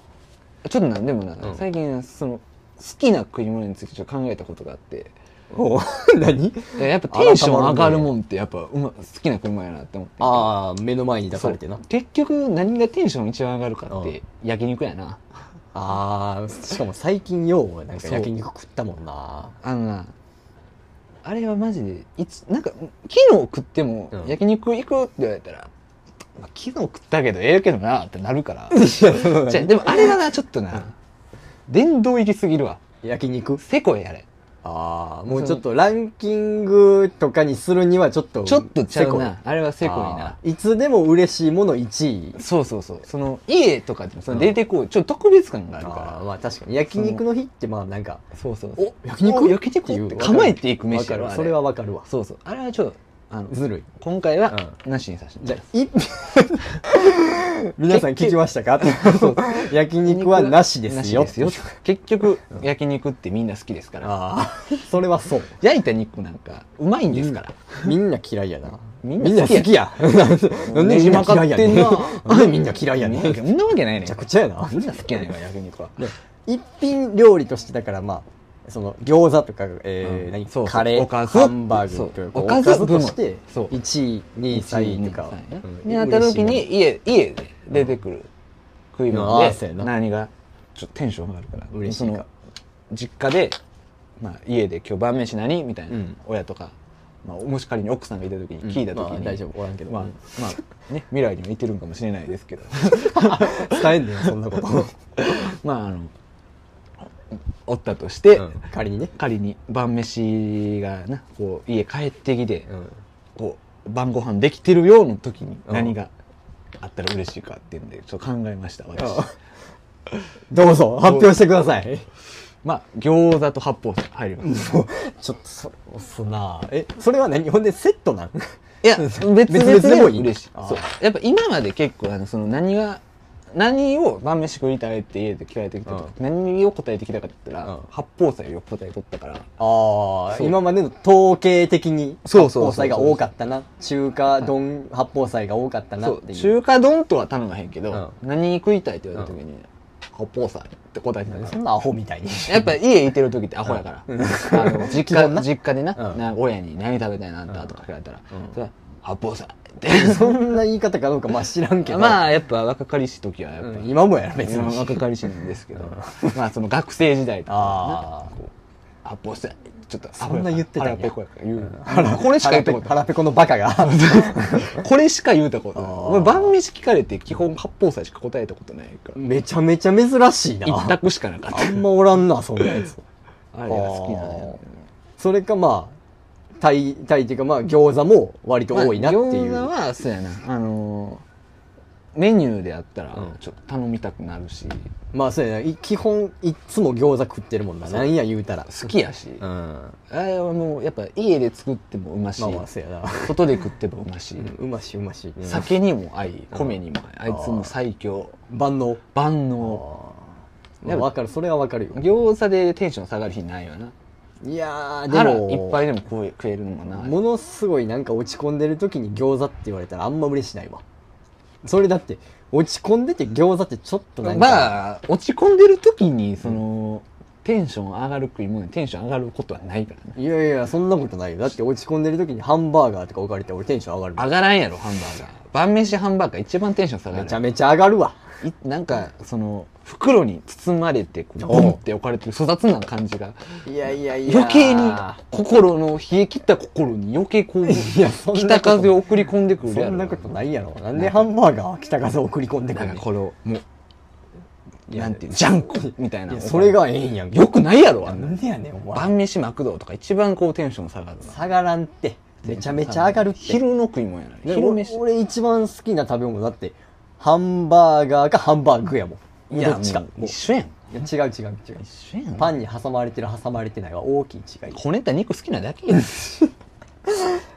Speaker 2: っとなんでもな、
Speaker 1: うん
Speaker 2: 最近その好きな食い物についてちょっと考えたことがあって
Speaker 1: おう何
Speaker 2: えやっぱテンション上がるもんってやっぱうま好きな食い物やなって思って
Speaker 1: ああ目の前に出さ
Speaker 2: そ
Speaker 1: れ
Speaker 2: う
Speaker 1: てな
Speaker 2: 結局何がテンション一番上がるかって焼肉やな
Speaker 1: ああしかも最近ようなんか
Speaker 2: そう
Speaker 1: 焼肉食ったもんな
Speaker 2: あのなあれはマジでいつなんか昨日食っても
Speaker 1: うん
Speaker 2: 焼肉行くって言われたら、まあ昨日食ったけどええけどなってなるからじゃあでもあれはなちょっとな殿堂入りすぎるわ
Speaker 1: 焼肉
Speaker 2: せこいあれ
Speaker 1: ああもうちょっとランキングとかにするにはちょっと
Speaker 2: ちょっとちゃう
Speaker 1: せこい
Speaker 2: なあれはせこい
Speaker 1: あ
Speaker 2: な
Speaker 1: ーいつでも嬉しいもの1位
Speaker 2: そうそうそうその家とかでもその出てこう、ちょっと特別感がある
Speaker 1: あ
Speaker 2: か
Speaker 1: ーまあ確かに焼肉の日ってまあなんから
Speaker 2: そうそう
Speaker 1: お焼肉
Speaker 2: お焼肉って構えていく
Speaker 1: わ
Speaker 2: 飯
Speaker 1: か
Speaker 2: やろ
Speaker 1: る
Speaker 2: あれ
Speaker 1: それはわかるわ
Speaker 2: そうそうあれはちょっとあの
Speaker 1: ずるい
Speaker 2: 今回はなしにさせても
Speaker 1: じ
Speaker 2: ら
Speaker 1: ゃ
Speaker 2: いま
Speaker 1: あい 皆さん聞きましたか焼肉はなしですよ
Speaker 2: なし結局焼肉ってみんな好きですから
Speaker 1: ああそれはそう
Speaker 2: 焼いた肉なんかうまいんですから、
Speaker 1: みんな嫌いやな
Speaker 2: み
Speaker 1: み
Speaker 2: ん
Speaker 1: ん
Speaker 2: な
Speaker 1: な
Speaker 2: 好
Speaker 1: 好
Speaker 2: き
Speaker 1: きや なんでみんな嫌いやねん
Speaker 2: ねじまかってんな
Speaker 1: なんでみんな嫌いやねんめ
Speaker 2: みんなわけないねん
Speaker 1: ちゃくちゃやな
Speaker 2: みんな好きやねんから焼肉は
Speaker 1: で一品料理としてだからまあその餃子とか、えー
Speaker 2: うん
Speaker 1: 何
Speaker 2: そうそう
Speaker 1: カレ
Speaker 2: おか
Speaker 1: ー
Speaker 2: ず
Speaker 1: ハンバーグという
Speaker 2: そう
Speaker 1: お
Speaker 2: お
Speaker 1: か
Speaker 2: かず
Speaker 1: ずとして
Speaker 2: 部門そう
Speaker 1: 1位2位3位とかうん
Speaker 2: になった時
Speaker 1: 嬉し
Speaker 2: に
Speaker 1: い
Speaker 2: 家家で出てくる食い
Speaker 1: うんあ
Speaker 2: 物
Speaker 1: ーそう
Speaker 2: で
Speaker 1: やな
Speaker 2: 何がちょっとテンション上がるから
Speaker 1: 嬉しい
Speaker 2: その
Speaker 1: か
Speaker 2: 実家で、まあ、家で今日晩飯何みたいな、
Speaker 1: うん
Speaker 2: 親とか、まあ、もし仮に奥さんがいた時に
Speaker 1: うん
Speaker 2: 聞いた時に、
Speaker 1: まあ大丈夫おらんけど
Speaker 2: まあ、
Speaker 1: うん
Speaker 2: まあね、未来にもいてるんかもしれないです けど
Speaker 1: 伝えんねんそんなこと、
Speaker 2: まああのおったとして、
Speaker 1: うん 仮にね、
Speaker 2: 仮に晩飯がなこう家帰ってきて、
Speaker 1: うん
Speaker 2: こう晩ご飯できてるような時に
Speaker 1: うん
Speaker 2: 何があったら嬉しいかっていうんでちょっと考えました私
Speaker 1: どうぞ発表してください
Speaker 2: まあ餃子と八宝菜入ります
Speaker 1: もうちょっとそれ押すなぁえそれは何ほんでセット なん
Speaker 2: いや別々
Speaker 1: 別々
Speaker 2: で
Speaker 1: で
Speaker 2: も
Speaker 1: もいい
Speaker 2: 嬉しい
Speaker 1: あー
Speaker 2: そうやっぱ今まで結構あのその何が何を晩飯食いたいって家で聞かれてきたとか、何を答えてきたかって言ったら、
Speaker 1: うん
Speaker 2: 八宝菜をよく答えとったから
Speaker 1: ああ
Speaker 2: そう
Speaker 1: 今までの統計的に
Speaker 2: そう
Speaker 1: 八
Speaker 2: そうそうそ
Speaker 1: 宝菜
Speaker 2: う
Speaker 1: が多かったな中華丼八宝菜が多かったな
Speaker 2: そ
Speaker 1: っ
Speaker 2: う
Speaker 1: ていう
Speaker 2: 中華丼とは頼まへんけど、何食いたいって言われた時に、八宝菜って答えてたから
Speaker 1: そんなアホみたい に
Speaker 2: やっぱ家いてる時ってアホやから。あ の実
Speaker 1: 基本
Speaker 2: 家、
Speaker 1: な
Speaker 2: 実家でな、
Speaker 1: うん
Speaker 2: な親に何食べたいなあんたとか聞かれたら、それは八宝菜って。
Speaker 1: そんな言い方かどうかまあ知らんけど。
Speaker 2: まあやっぱ若かりし時はやっぱ、
Speaker 1: うん今もやろ別
Speaker 2: 別
Speaker 1: に。
Speaker 2: に若かりしなんですけど、まあその学生時代とか
Speaker 1: あー
Speaker 2: なこう八宝菜、ちょっと
Speaker 1: そんな言ってたん
Speaker 2: 腹
Speaker 1: や
Speaker 2: ペコやから言う。これしか言ったことない。
Speaker 1: 腹ペコのバカが。
Speaker 2: これしか言うたことない。
Speaker 1: あー
Speaker 2: 俺晩飯聞かれて基本八宝菜しか答えたことないから。
Speaker 1: めちゃめちゃ珍しいな。
Speaker 2: 一択しかなかっ
Speaker 1: あんまおらんな、そんなやつ。
Speaker 2: た。あれが好きなんだよね。
Speaker 1: それかまあ、タイ、タイっていうかまあ餃子も割と多いなっていう。
Speaker 2: まあ餃子はそうやなあのーメニューであったら
Speaker 1: うん
Speaker 2: ちょっと頼みたくなるし、
Speaker 1: まあそうやな。い基本、いっつも餃子食ってるもんな。なんや言うたら。
Speaker 2: 好きやし、
Speaker 1: うん。
Speaker 2: あれはもうやっぱ家で作ってもうまし、
Speaker 1: まあまあそうやな。
Speaker 2: 外で食ってもうまし、
Speaker 1: うんうましうまし。うん
Speaker 2: 酒にも合い米にも合い、あいつも最強
Speaker 1: 万能。
Speaker 2: 万
Speaker 1: あ
Speaker 2: 能
Speaker 1: ーまあわかる、それはわかるよ。
Speaker 2: 餃子でテンション下がる日ないよない
Speaker 1: やー、で
Speaker 2: 腹
Speaker 1: も。
Speaker 2: いっぱいでも食え食えるのもな
Speaker 1: ものすごいなんか落ち込んでる時に餃子って言われたらあんま嬉しないわそれだって落ち込んでて餃子ってちょっとなんか、
Speaker 2: まあ落ち込んでる時にその、テンション上がる食い物にテンション上がることはないからね
Speaker 1: いやいやそんなことないよだって落ち込んでる時にハンバーガーとか置かれて俺テンション上がるもん
Speaker 2: 上がらんやろハンバーガー晩飯ハンバーガー一番テンション下が
Speaker 1: めちゃ
Speaker 2: る
Speaker 1: めちゃ上がるわ
Speaker 2: いなんかその袋に包まれてこうボンって置かれてる粗雑な感じが
Speaker 1: いやいやいや
Speaker 2: 余計に心の冷え切った心に余計こう
Speaker 1: いやそんなこと
Speaker 2: 北風を送り込んでくるや
Speaker 1: そ
Speaker 2: ろ
Speaker 1: んなことないやろなんでハンバーガーは北風を送り込んでく
Speaker 2: なん
Speaker 1: る
Speaker 2: かこれをもう
Speaker 1: いや
Speaker 2: なんていうジャンクみたいな
Speaker 1: それがええんやん
Speaker 2: よくないやろあ
Speaker 1: なん
Speaker 2: なん
Speaker 1: でやねんお前
Speaker 2: 晩飯マクドとか一番こうテンション下がるな
Speaker 1: 下がらんってめちゃめちゃ上がるって
Speaker 2: 昼の食い物やな
Speaker 1: で
Speaker 2: 昼飯
Speaker 1: お俺一番好きな食べ物だってハンバーガーかハンバーグやもんどっちか
Speaker 2: も
Speaker 1: も
Speaker 2: う
Speaker 1: う
Speaker 2: 一緒やん
Speaker 1: いや違う違う違う
Speaker 2: 一緒やん
Speaker 1: パンに挟まれてる挟まれてないは大きい違い
Speaker 2: 骨った肉好きなだけやん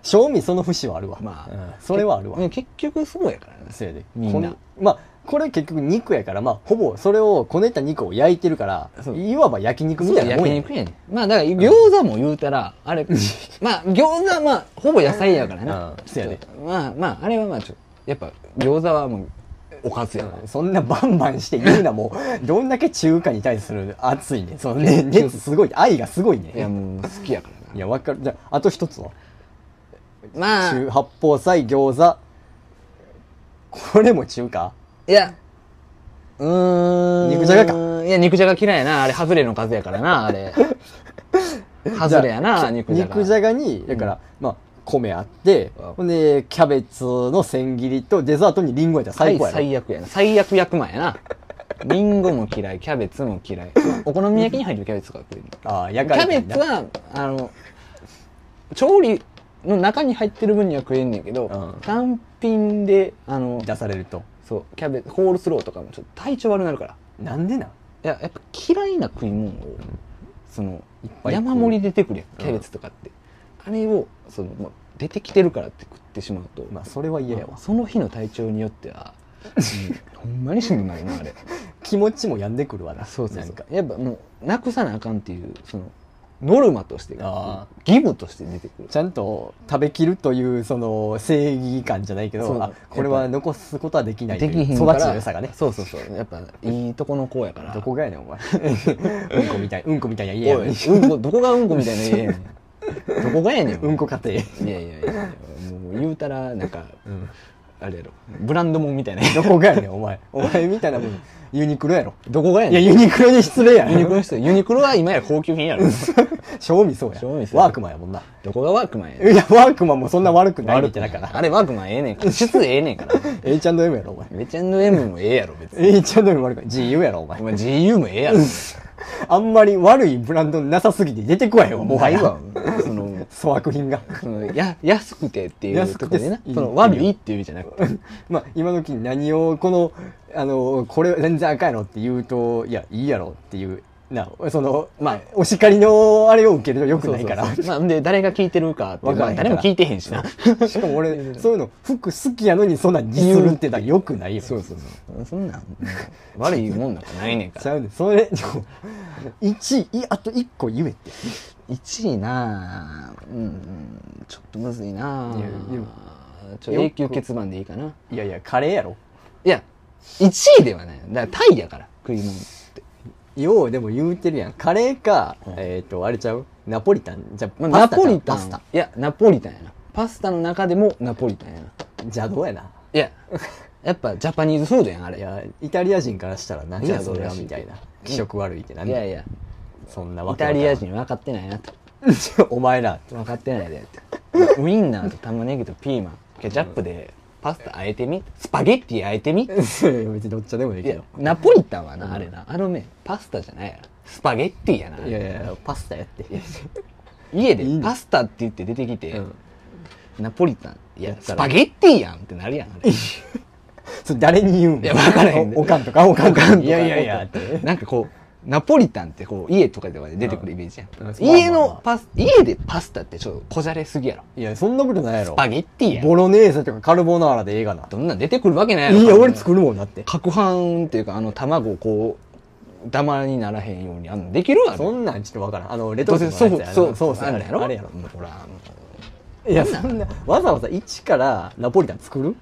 Speaker 1: 正味その節はあるわ
Speaker 2: ま
Speaker 1: うん
Speaker 2: あ
Speaker 1: それはあるわ
Speaker 2: うん結局そうやからね
Speaker 1: せやで
Speaker 2: みんな
Speaker 1: こまあこれ結局肉やからまあほぼそれをこねた肉を焼いてるから
Speaker 2: そう
Speaker 1: いわば焼肉みたいな
Speaker 2: 焼
Speaker 1: もんや
Speaker 2: 肉やねんまあだから餃子も言うたらあれまあ餃子はまあほぼ野菜やからな
Speaker 1: うんそうやね
Speaker 2: まあまああれはまあちょっとやっぱ餃子はもうおかずやから
Speaker 1: そんな バンバンして言うなもうどんだけ中華に対する熱いねそのね熱すごい愛がすごいね
Speaker 2: いやもう好きやから
Speaker 1: いやわかるじゃああと一つは
Speaker 2: なまあ
Speaker 1: 中八宝菜餃子これも中華
Speaker 2: いやうーん
Speaker 1: 肉じゃが
Speaker 2: いや肉じゃが嫌いやなあれハズレの数やからなあ れハズレやな肉じゃが
Speaker 1: 肉じゃがにだから、まあ米あって
Speaker 2: うん
Speaker 1: ほんでキャベツの千切りとデザートにリンゴやったら最高やろ
Speaker 2: 最悪やな最悪役満やなリンゴも嫌いキャベツも嫌いお好み焼きに入るキャベツが食える
Speaker 1: ああや
Speaker 2: キ
Speaker 1: かれ
Speaker 2: ャ
Speaker 1: て
Speaker 2: ベ
Speaker 1: んな
Speaker 2: ツはあの調理の中に入ってる分には食えんねんけ
Speaker 1: う
Speaker 2: ど、
Speaker 1: ん
Speaker 2: 単品であの
Speaker 1: 出されると
Speaker 2: そうキャベツホールスローとかもちょっと体調悪くなるから
Speaker 1: なんでなん
Speaker 2: いややっぱ嫌いな食い物をその
Speaker 1: いっぱい食う
Speaker 2: 山盛り出てくるやん
Speaker 1: うん
Speaker 2: キャベツとかって、あれをその、まあ、出てきてるからって食ってしまうと、
Speaker 1: まあそれは嫌やわ
Speaker 2: その日の体調によって は、うんほんまにしんどないなあれ
Speaker 1: 気持ちも病んでくるわな
Speaker 2: そうそう
Speaker 1: なん
Speaker 2: そ
Speaker 1: か
Speaker 2: うやっぱもうなくさなあかんっていうそのノルマとして
Speaker 1: あ
Speaker 2: 義務として出てくる
Speaker 1: ちゃんと食べきるというその正義感じゃないけ
Speaker 2: そう
Speaker 1: どあこれは残すことはできないとい
Speaker 2: で
Speaker 1: う
Speaker 2: きひんか
Speaker 1: 育
Speaker 2: ら
Speaker 1: ちの良さがね
Speaker 2: そうそうそうやっぱいいとこの子やから
Speaker 1: どこがやねんお 前うんこみたいうんこみたいな
Speaker 2: お
Speaker 1: 家
Speaker 2: い
Speaker 1: やのに
Speaker 2: うんこどこがうんこみたいな家やね んどこがやねん
Speaker 1: うんこ家庭
Speaker 2: いやいやいやいやもう言うたらなんか、
Speaker 1: ん
Speaker 2: あれやろブランドもんみたいな
Speaker 1: どこがやねんお前お前みたいなもんユニクロやろ
Speaker 2: どこがや
Speaker 1: いや
Speaker 2: ねん
Speaker 1: ユニクロに失礼や
Speaker 2: ユニクロ
Speaker 1: ろ
Speaker 2: の人ユニクロは今や高級品やろ
Speaker 1: 賞味そうや
Speaker 2: 正味そう
Speaker 1: ワークマンやもんな
Speaker 2: どこがワークマンや
Speaker 1: い
Speaker 2: ねん
Speaker 1: やワークマンもそんな悪くないってだか
Speaker 2: あ
Speaker 1: ら
Speaker 2: れワークマンええねんから質ええねんから
Speaker 1: H&M やろお前
Speaker 2: H&M もええやろ別に
Speaker 1: H&M も悪くない GU やろお前
Speaker 2: お前 GU もええやろ
Speaker 1: あんまり悪いブランドなさすぎて出てこないよもは
Speaker 2: ない
Speaker 1: や
Speaker 2: わその
Speaker 1: 粗悪品が
Speaker 2: そのや安くてっていう
Speaker 1: 安
Speaker 2: と
Speaker 1: く
Speaker 2: こ
Speaker 1: て
Speaker 2: でない
Speaker 1: い
Speaker 2: その悪いっていう意味じゃなくて
Speaker 1: まあ今時に何をこのあのこれ全然赤いのって言うといやいいやろっていうなそのまあお叱りのあれを受けるとよくないから
Speaker 2: そうそうそうまあで誰が聞いてるかって
Speaker 1: わからへ
Speaker 2: まあ
Speaker 1: んから
Speaker 2: 誰も聞いてへんしな
Speaker 1: しかも俺そういうの服好きやのにそんなんディスるってだよくないよ
Speaker 2: そうそう そうそんなんもう悪いもんなんかないねんか
Speaker 1: ち
Speaker 2: ら
Speaker 1: ゃうねんそれ1位いあと1個言えって
Speaker 2: 1位なあうんうんちょっとむずいない
Speaker 1: やでも
Speaker 2: あちょ永久欠番でいいかない
Speaker 1: やいやカレーやろ
Speaker 2: いや1位ではないだからタイやから食い物って
Speaker 1: ようでも言うてるやんカレーか、えっ、とあれちゃうナポリタンじゃ、
Speaker 2: まあ
Speaker 1: パ
Speaker 2: ナ
Speaker 1: スタちゃ
Speaker 2: ポ
Speaker 1: う
Speaker 2: リタン
Speaker 1: パスタ
Speaker 2: いやナポリタンやなパスタの中でもナポリタンやな
Speaker 1: 邪道やない
Speaker 2: ややっぱジャパニーズフードやんあれ
Speaker 1: いやイタリア人からしたら何や
Speaker 2: いや
Speaker 1: それは
Speaker 2: そうらしい
Speaker 1: みたいな気色悪いってなん
Speaker 2: い
Speaker 1: だ
Speaker 2: やい
Speaker 1: よ
Speaker 2: や
Speaker 1: そんな
Speaker 2: イ
Speaker 1: わけわか
Speaker 2: タ
Speaker 1: らん
Speaker 2: リア人分かってないなと
Speaker 1: お前ら
Speaker 2: 分かってないでってウインナーと玉ねぎとピーマンケチャップでパスタあえてみスパゲッティあえてみ
Speaker 1: 別にどっちでもで
Speaker 2: い
Speaker 1: き
Speaker 2: や
Speaker 1: る
Speaker 2: ナポリタンはなあれなあのねパスタじゃないやろスパゲッティやない
Speaker 1: やいやいやパスタやって
Speaker 2: 家で
Speaker 1: いいね
Speaker 2: パスタって言って出てきて、
Speaker 1: うん
Speaker 2: ナポリタンいや
Speaker 1: やった
Speaker 2: ス
Speaker 1: ら
Speaker 2: パゲッティやんってなるやんあれ
Speaker 1: それ誰に言うん
Speaker 2: いや分からへん
Speaker 1: おおかんとかおかんとか
Speaker 2: い
Speaker 1: いやいやいやって
Speaker 2: なんかこうナポリタンってこう家とかでは出てくるイメージやん、
Speaker 1: うんうん
Speaker 2: 家のパス家でパスタってちょっとこじゃれすぎやろ
Speaker 1: いやそんなことないやろ
Speaker 2: スパゲッティやん
Speaker 1: ボロネーゼとかカルボナーラでええがな
Speaker 2: どんなん出てくるわけないやろ
Speaker 1: いや俺作るもんだって
Speaker 2: 攪拌っていうかあの卵をこうダマにならへんようにあんのできるわ
Speaker 1: そんなんちょっとわからんあのレ
Speaker 2: ど
Speaker 1: ト
Speaker 2: う
Speaker 1: ルト
Speaker 2: せソ
Speaker 1: の
Speaker 2: フ
Speaker 1: やつや
Speaker 2: そう
Speaker 1: そう
Speaker 2: あ
Speaker 1: あ
Speaker 2: る
Speaker 1: れ
Speaker 2: や
Speaker 1: や
Speaker 2: ろ
Speaker 1: ろあれやろ
Speaker 2: もうほらも
Speaker 1: いやそんなわざわざ一からナポリタン作る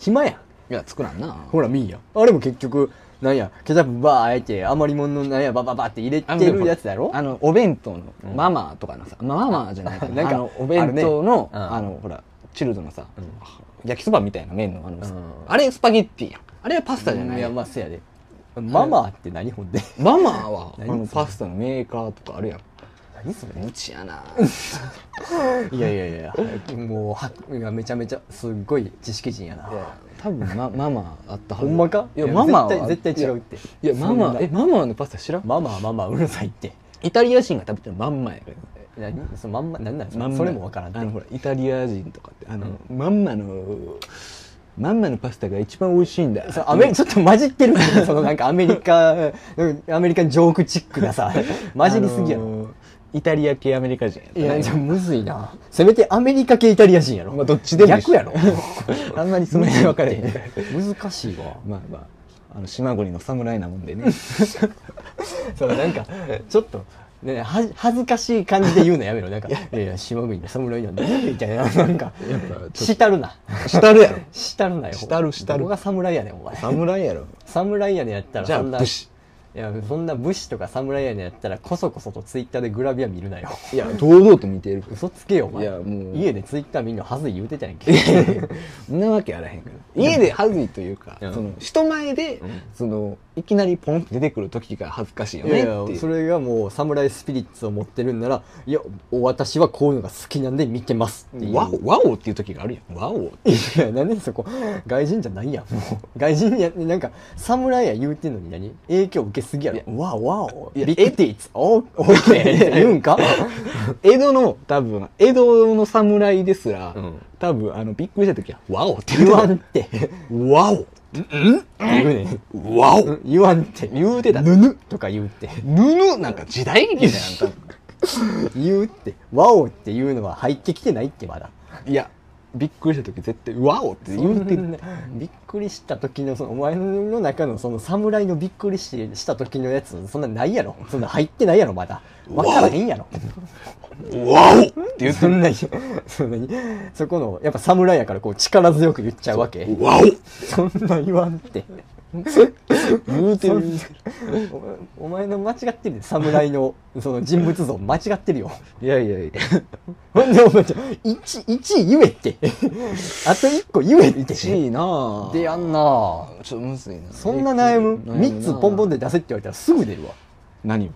Speaker 1: 暇やん
Speaker 2: ういや作らんな
Speaker 1: ほら、ミーや。あれも結局、なんやケチャップバーあえて余り物のなんやバババって入れ
Speaker 2: あの
Speaker 1: てるやつだろ
Speaker 2: あのお弁当のママとかのさ、まあママじゃないかな
Speaker 1: なんか
Speaker 2: あのお弁当の
Speaker 1: あ
Speaker 2: あ,、
Speaker 1: るねうん
Speaker 2: のほらチルドのさ、焼きそばみたいな麺のあのさ、
Speaker 1: うん
Speaker 2: あれスパゲッティやんあれはパスタじゃないいや
Speaker 1: や
Speaker 2: ん
Speaker 1: まあせやでママって何ほんで
Speaker 2: ママはあ
Speaker 1: 何
Speaker 2: のパスタのメーカーとかあるやん
Speaker 1: 何それ
Speaker 2: 無知やな
Speaker 1: いやいやいや早くもうはいやめちゃめちゃすっごい知識人やな
Speaker 2: 多分、ま、ママあったはず
Speaker 1: ほんまか
Speaker 2: いやママは
Speaker 1: 絶対絶対違うって
Speaker 2: いやいやマ
Speaker 1: そん
Speaker 2: マ
Speaker 1: な
Speaker 2: えママのパスタ知らん
Speaker 1: ママママうるさいって
Speaker 2: イタリア人が食べてるまんまやから
Speaker 1: 何そのまんま何なんそ
Speaker 2: まん
Speaker 1: れ
Speaker 2: ま
Speaker 1: それもわからんって
Speaker 2: あのほらイタリア人とかってあの、まんまのまんまのパスタが一番美味しいんだ
Speaker 1: そうアメリちょっと混じってるそのなんかアメリカ うんアメリカンジョークチックな さ混じりすぎや
Speaker 2: あ
Speaker 1: ろ
Speaker 2: のーイタリア系アメリカ人やった
Speaker 1: い
Speaker 2: ね
Speaker 1: やじゃあむずいなせめてアメリカ系イタリア人やろ
Speaker 2: まあどっちでもいいし
Speaker 1: 逆や ろ
Speaker 2: あんまりその辺分かれへんから
Speaker 1: 難しいわ
Speaker 2: まあまああの島国の侍なもんで ね
Speaker 1: そうなんかちょっとねは恥ずかしい感じで言うのやめろなんか「いやいや島国の侍なんで」みたいななんかしたるな
Speaker 2: したるやろ
Speaker 1: したるなよ
Speaker 2: したるしたる
Speaker 1: どこが侍やねんお前
Speaker 2: 侍やろ
Speaker 1: 侍やねんやったら
Speaker 2: じゃあ
Speaker 1: そんな
Speaker 2: 武士
Speaker 1: いやそんな武士とか侍やねんやったらこそこそとツイッターでグラビア見る なよ
Speaker 2: いや堂々と見てる
Speaker 1: 嘘つけよお前
Speaker 2: いやもう
Speaker 1: 家でツイッター見んのはずい言うてたやん け
Speaker 2: そんなわけあらへんから家で恥ずいというか、
Speaker 1: うん
Speaker 2: その人前で、そのいきなりポンって出てくる時が恥ずかしいよ
Speaker 1: い
Speaker 2: ね
Speaker 1: や
Speaker 2: って
Speaker 1: い
Speaker 2: いう
Speaker 1: やそれがもう侍スピリッツを持ってるんなら「いや私はこういうのが好きなんで見てます」っていう
Speaker 2: ワオワオっていう時があるやんワオって
Speaker 1: いや、なんでそこ、外人じゃないやん、もう。外人や、なんか、侍や言うてんのに何影響受けすぎやろ
Speaker 2: い。
Speaker 1: わおわお。
Speaker 2: いや
Speaker 1: ビッグティーツ、オーオーケー って言うんか
Speaker 2: 江戸の多分江戸の侍ですら、
Speaker 1: うん
Speaker 2: 多分あのびっくりした時は「ワオ」って
Speaker 1: 言
Speaker 2: 言
Speaker 1: わ
Speaker 2: わ
Speaker 1: んっ
Speaker 2: ん
Speaker 1: て。
Speaker 2: ワオ
Speaker 1: 言うねん。
Speaker 2: ワオ
Speaker 1: 言わんって。
Speaker 2: 言うてた
Speaker 1: ぬぬとか言うって。
Speaker 2: ぬぬなんか時代劇じゃん多分
Speaker 1: 言うって。わおっていうのは入ってきてないって、まだ。
Speaker 2: いやびっくりした時絶対「ワオ」って言
Speaker 1: 言
Speaker 2: う
Speaker 1: う
Speaker 2: て
Speaker 1: て
Speaker 2: る
Speaker 1: んね びっくりした時の、その、お前の中のその侍のびっくりしした時のやつ、そんなないやろ。そんな入ってないやろ、まだ。わからへんやろ。
Speaker 2: 「ワオ」って言う
Speaker 1: そんなに、 そんなに、そこの、やっぱ侍やからこう力強く言っちゃうわけ。
Speaker 2: ワオ
Speaker 1: そんな言わんって。
Speaker 2: 言うてる
Speaker 1: おお前の間違ってるで、侍の、その人物像間違ってるよ。
Speaker 2: いやいやいや
Speaker 1: ほんで、お前ちょ、一、一位言えって。あと一個言えって。
Speaker 2: しいなぁ
Speaker 1: でやんなぁ。
Speaker 2: ちょっとむずいな
Speaker 1: そんな悩む
Speaker 2: 悩なぁ
Speaker 1: 三つポンポンで出せって言われたらすぐ出るわ。
Speaker 2: 何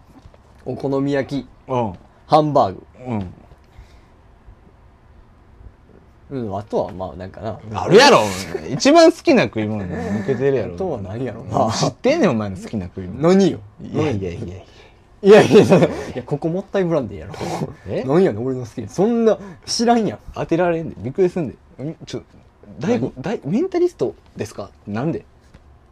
Speaker 1: お好み焼き、
Speaker 2: を
Speaker 1: ハンバーグ。
Speaker 2: うんうん
Speaker 1: うん、あとはまあなんかな。
Speaker 2: あるやろお前一番好きな食い物に抜けてるやろ
Speaker 1: あとは何やろな
Speaker 2: 知ってんねんお前の好きな食い物
Speaker 1: 何よ。
Speaker 2: いやいやいや
Speaker 1: いやいやいや、いやここもったいぶらんでええやろ。
Speaker 2: え
Speaker 1: なんやねん俺の好きなそんな知らんやん
Speaker 2: 当てられんでびっくりすんでんちょ大悟大メンタリストですかなんで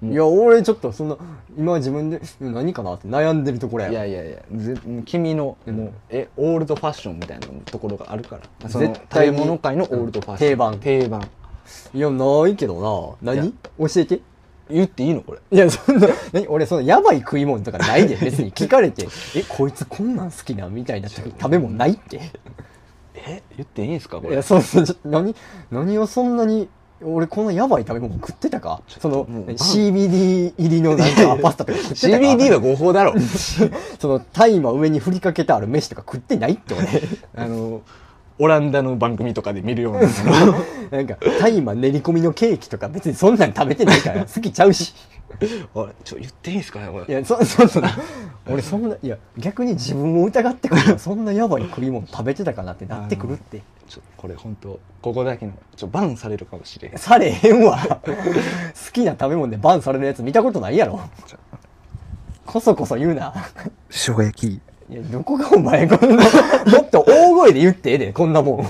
Speaker 2: うん
Speaker 1: いや俺ちょっとそんな今自分でうん何かなって悩んでるところや
Speaker 2: いやいやいやぜ君のもうえオールドファッションみたいなところがあるからその
Speaker 1: 絶
Speaker 2: 食
Speaker 1: 対
Speaker 2: べ
Speaker 1: に
Speaker 2: 物界のオールドファッション
Speaker 1: 定番
Speaker 2: 定番
Speaker 1: いやないけどない何
Speaker 2: や
Speaker 1: 教えて
Speaker 2: 言っていいのこれ
Speaker 1: いやそんな何俺そのやばい食い物とかない で別に聞かれてえこいつこんなん好きなみたいな食べ物ないって
Speaker 2: え言っていいんすかこ
Speaker 1: い
Speaker 2: れ
Speaker 1: やそうそうちょっと何何をそんなに俺こんなやばい食べ物食ってたかその
Speaker 2: もう
Speaker 1: 何 CBD 入りのなんかパスタとか食ってたか
Speaker 2: CBD は合法だろ
Speaker 1: その大麻上に振りかけてある飯とか食ってないって俺
Speaker 2: あのオランダの番組とかで見るようなあの
Speaker 1: なんか、大麻練り込みのケーキとか別にそんなん食べてない から好きちゃうし。
Speaker 2: おいちょ言っていいんすかねこ
Speaker 1: い
Speaker 2: れ
Speaker 1: や、そ、そ、そ、俺そんな、いや、逆に自分を疑ってく るよそんなやばい食い物食べてたかなってなってくるって。
Speaker 2: ちょこれ本当ここだけのちょバンされるかもしれん
Speaker 1: されへんわ。 好きな食べ物でバンされるやつ見たことないやろ。こそこそ言うな。
Speaker 2: 生姜焼き
Speaker 1: いや、どこがお前、こんな、 もっと大声で言ってええで、こんなもん。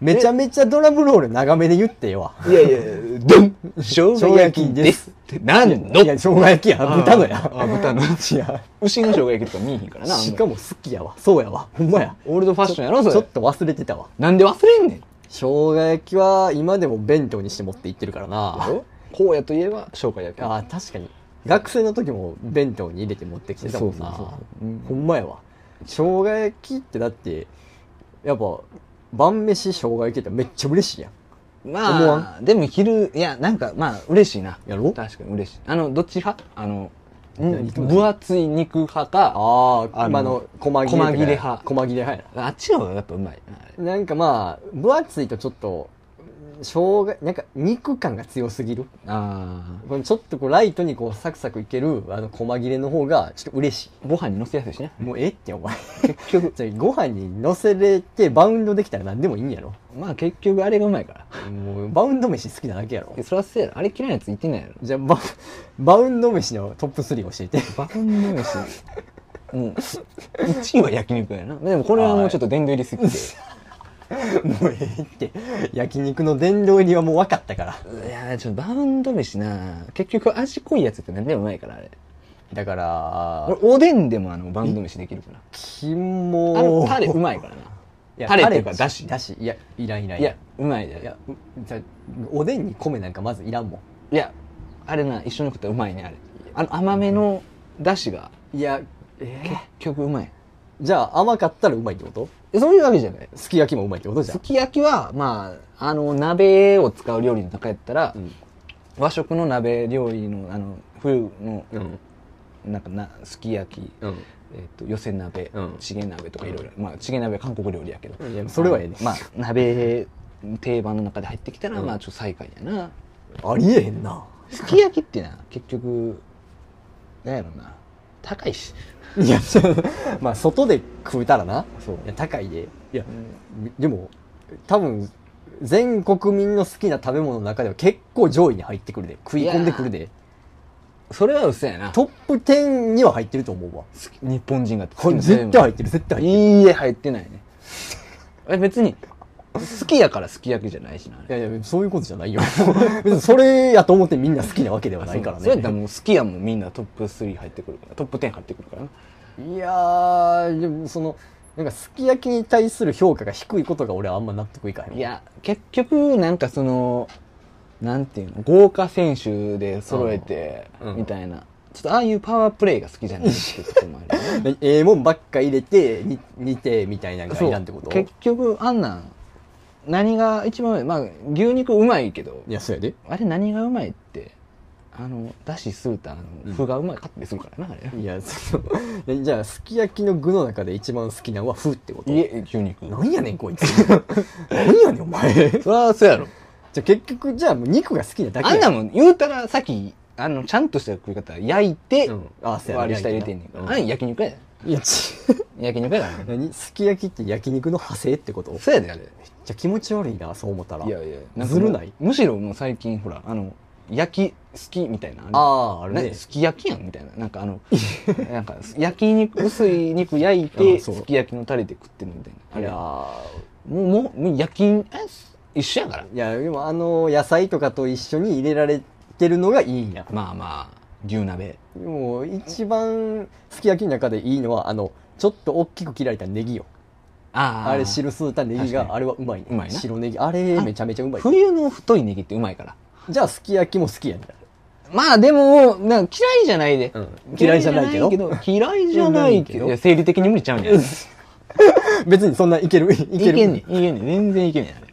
Speaker 1: めちゃめちゃドラムロール長めで言ってええわ。
Speaker 2: いやいや、ドン生姜焼きですって何の
Speaker 1: いや、生姜焼きや、豚のや。
Speaker 2: あ、豚の。
Speaker 1: 違う。
Speaker 2: 牛の生姜焼きとか見えへんからな。あんまり
Speaker 1: しかも好きやわそうやわほんまや
Speaker 2: オールドファッションやろ、
Speaker 1: ち
Speaker 2: そ
Speaker 1: ょっ
Speaker 2: れ。
Speaker 1: と忘れてたわ
Speaker 2: なんで忘れんねん。
Speaker 1: 生姜焼きは今でも弁当にして持って行ってるからな
Speaker 2: こうやといえば生姜焼き。
Speaker 1: あー確かに学生の時も弁当に入れて持ってきてたもんな
Speaker 2: そうそうそううん
Speaker 1: ほんまやわ生姜焼きってだってやっぱ晩飯生姜焼きってめっちゃ嬉しいやん思
Speaker 2: まあ、でも昼、いや、なんか、まあ、嬉しいな。
Speaker 1: やろ
Speaker 2: 確かに嬉しい。あの、どっち派あの、ん分厚い肉派か
Speaker 1: ああ
Speaker 2: あの
Speaker 1: 今の細切れとか
Speaker 2: 細切れ派
Speaker 1: 細切れ派や
Speaker 2: あっちの方がやっぱうまいなあれ
Speaker 1: ななんかまあ分厚いとちょっと生姜なんか肉感が強すぎる
Speaker 2: あ
Speaker 1: このちょっとこうライトにこうサクサクいけるあの細切れの方がちょっと嬉し
Speaker 2: ーご飯にのせやすいしね
Speaker 1: いもうええってお前結局じゃあご飯に乗せれてバウンドできたら何でもいいんやろ
Speaker 2: まあ結局あれがうまいから
Speaker 1: もうバウンド飯好きなだけやろ
Speaker 2: えそらせやろあれ嫌いなやつ言ってないやろ
Speaker 1: じゃあババウンド飯のトップ3教えて
Speaker 2: バカンの飯うん1位は焼肉やなでもこれはもうちょっと殿堂入りすぎて
Speaker 1: もうええって焼肉の殿堂入りはもう分かったから
Speaker 2: いやーちょっとバウンド飯な結局味濃いやつって何でもうまいからあれ
Speaker 1: だから
Speaker 2: 俺おでんでもあのバウンド飯できるから
Speaker 1: キ
Speaker 2: あの
Speaker 1: モ
Speaker 2: タレうまいから
Speaker 1: いや
Speaker 2: なタレっていうかだし
Speaker 1: だしいやいらんいらん
Speaker 2: いやうまいで
Speaker 1: いやうじゃあおでんに米なんかまずいらんもん
Speaker 2: いやあれな一緒に食ったらうまいねあれあの甘めのだしが
Speaker 1: いやええ
Speaker 2: 結局うまい
Speaker 1: じゃあ甘かったらうまいってこと
Speaker 2: えそういうわけじゃない
Speaker 1: すき焼きもうまいってことじゃ
Speaker 2: す
Speaker 1: ん
Speaker 2: き焼きはまああの鍋を使う料理の中やったら、
Speaker 1: うん
Speaker 2: 和食の鍋料理のあの冬の、
Speaker 1: ん
Speaker 2: なんかなすき焼き、
Speaker 1: うん
Speaker 2: えっと寄せ鍋、
Speaker 1: うん
Speaker 2: チゲ鍋とかいろいろまあチゲ鍋は韓国料理やけど
Speaker 1: いやそれはええね
Speaker 2: まあ鍋定番の中で入ってきたら、
Speaker 1: うん
Speaker 2: まあちょっと最下位やな
Speaker 1: ありえへんな
Speaker 2: すき焼きってな結局なんやろな高いし
Speaker 1: い やちょまあ外で食うたらな
Speaker 2: そう
Speaker 1: いや高いでいやでも多分全国民の好きな食べ物の中では結構上位に入ってくるで食い込んでくるで
Speaker 2: それは嘘やな
Speaker 1: トップ10には入ってると思うわ
Speaker 2: 好き日本人が
Speaker 1: これ
Speaker 2: 好きな
Speaker 1: 絶対入ってる絶対入って
Speaker 2: いいえ入ってないね え別に好きやからすき焼きじゃないしなあれ
Speaker 1: るいやいやそういうことじゃないよ 別にそれやと思ってみんな好きなわけではないから
Speaker 2: そうやったら
Speaker 1: ね
Speaker 2: もう好きやもんみんなトップ3入ってくるからトップ10入ってくるからない
Speaker 1: やーでもそのなんかすき焼きに対する評価が低いことが俺はあんま納得いかへんわ
Speaker 2: いや結局なんかそのなんていうの豪華選手で揃えて
Speaker 1: うんうん
Speaker 2: みたいな、ちょっとああいうパワープレイが好きじゃないっていうところもある よね
Speaker 1: でええもんばっか入れてに煮てみたいなのが
Speaker 2: そ
Speaker 1: いうらんってこと
Speaker 2: 結局あんなん何が一番うまいまあ牛肉うまいけど
Speaker 1: いやそうやで
Speaker 2: あれ何がうまいってあのだし吸うたあの麩がうまいかったりするからなあれ、
Speaker 1: いやその えじゃあすき焼きの具の中で一番好きなのはフってこと
Speaker 2: いえ牛肉
Speaker 1: なんやねんこいつなんやねんお前じゃ
Speaker 2: そりゃそうやろ
Speaker 1: あ結局じゃあもう肉が好きなだけ
Speaker 2: あんなもん言うたらさっきあのちゃんとした食い方焼いて、
Speaker 1: うんあそうやな
Speaker 2: 割り下入れてんねんから、
Speaker 1: うん
Speaker 2: あん焼肉やで
Speaker 1: いやち
Speaker 2: 焼肉やから
Speaker 1: 何すき焼きって焼肉の派生ってこと
Speaker 2: そうやであれ
Speaker 1: じゃあ気持ち悪いなそう思ったら
Speaker 2: いやいやんかもう
Speaker 1: ずるない
Speaker 2: むしろもう最近ほらあの焼き好きみたいな
Speaker 1: あ
Speaker 2: あ
Speaker 1: ああ
Speaker 2: あ
Speaker 1: るね
Speaker 2: すき焼きやんみたいななんか あのなんか焼き肉薄い肉焼いて
Speaker 1: あそう
Speaker 2: すき焼きのタレで食ってるみたい
Speaker 1: いや
Speaker 2: なあ
Speaker 1: ー
Speaker 2: れもうもうもう焼きえ一緒やから
Speaker 1: いやでもあの野菜とかと一緒に入れられてるのがいいんや
Speaker 2: まあまあ牛鍋
Speaker 1: もう一番すき焼きの中でいいのはあのちょっと大きく切られたネギよ
Speaker 2: あ
Speaker 1: あれ汁吸ったネギ
Speaker 2: 確かに
Speaker 1: があれはうまいね
Speaker 2: うまいな
Speaker 1: 白ネギあれめちゃめちゃうまい
Speaker 2: 冬の太いネギってうまいから
Speaker 1: じゃあすき焼きも好きやね
Speaker 2: まあでもなんか嫌いじゃないで、
Speaker 1: うん嫌いじゃないけど
Speaker 2: 嫌いじゃないけ
Speaker 1: う
Speaker 2: ど
Speaker 1: ん
Speaker 2: いや生理的に無理ちゃうん やい
Speaker 1: 別にそんないけるい
Speaker 2: け
Speaker 1: ける
Speaker 2: んねんいけんねん全然いけんねんあれ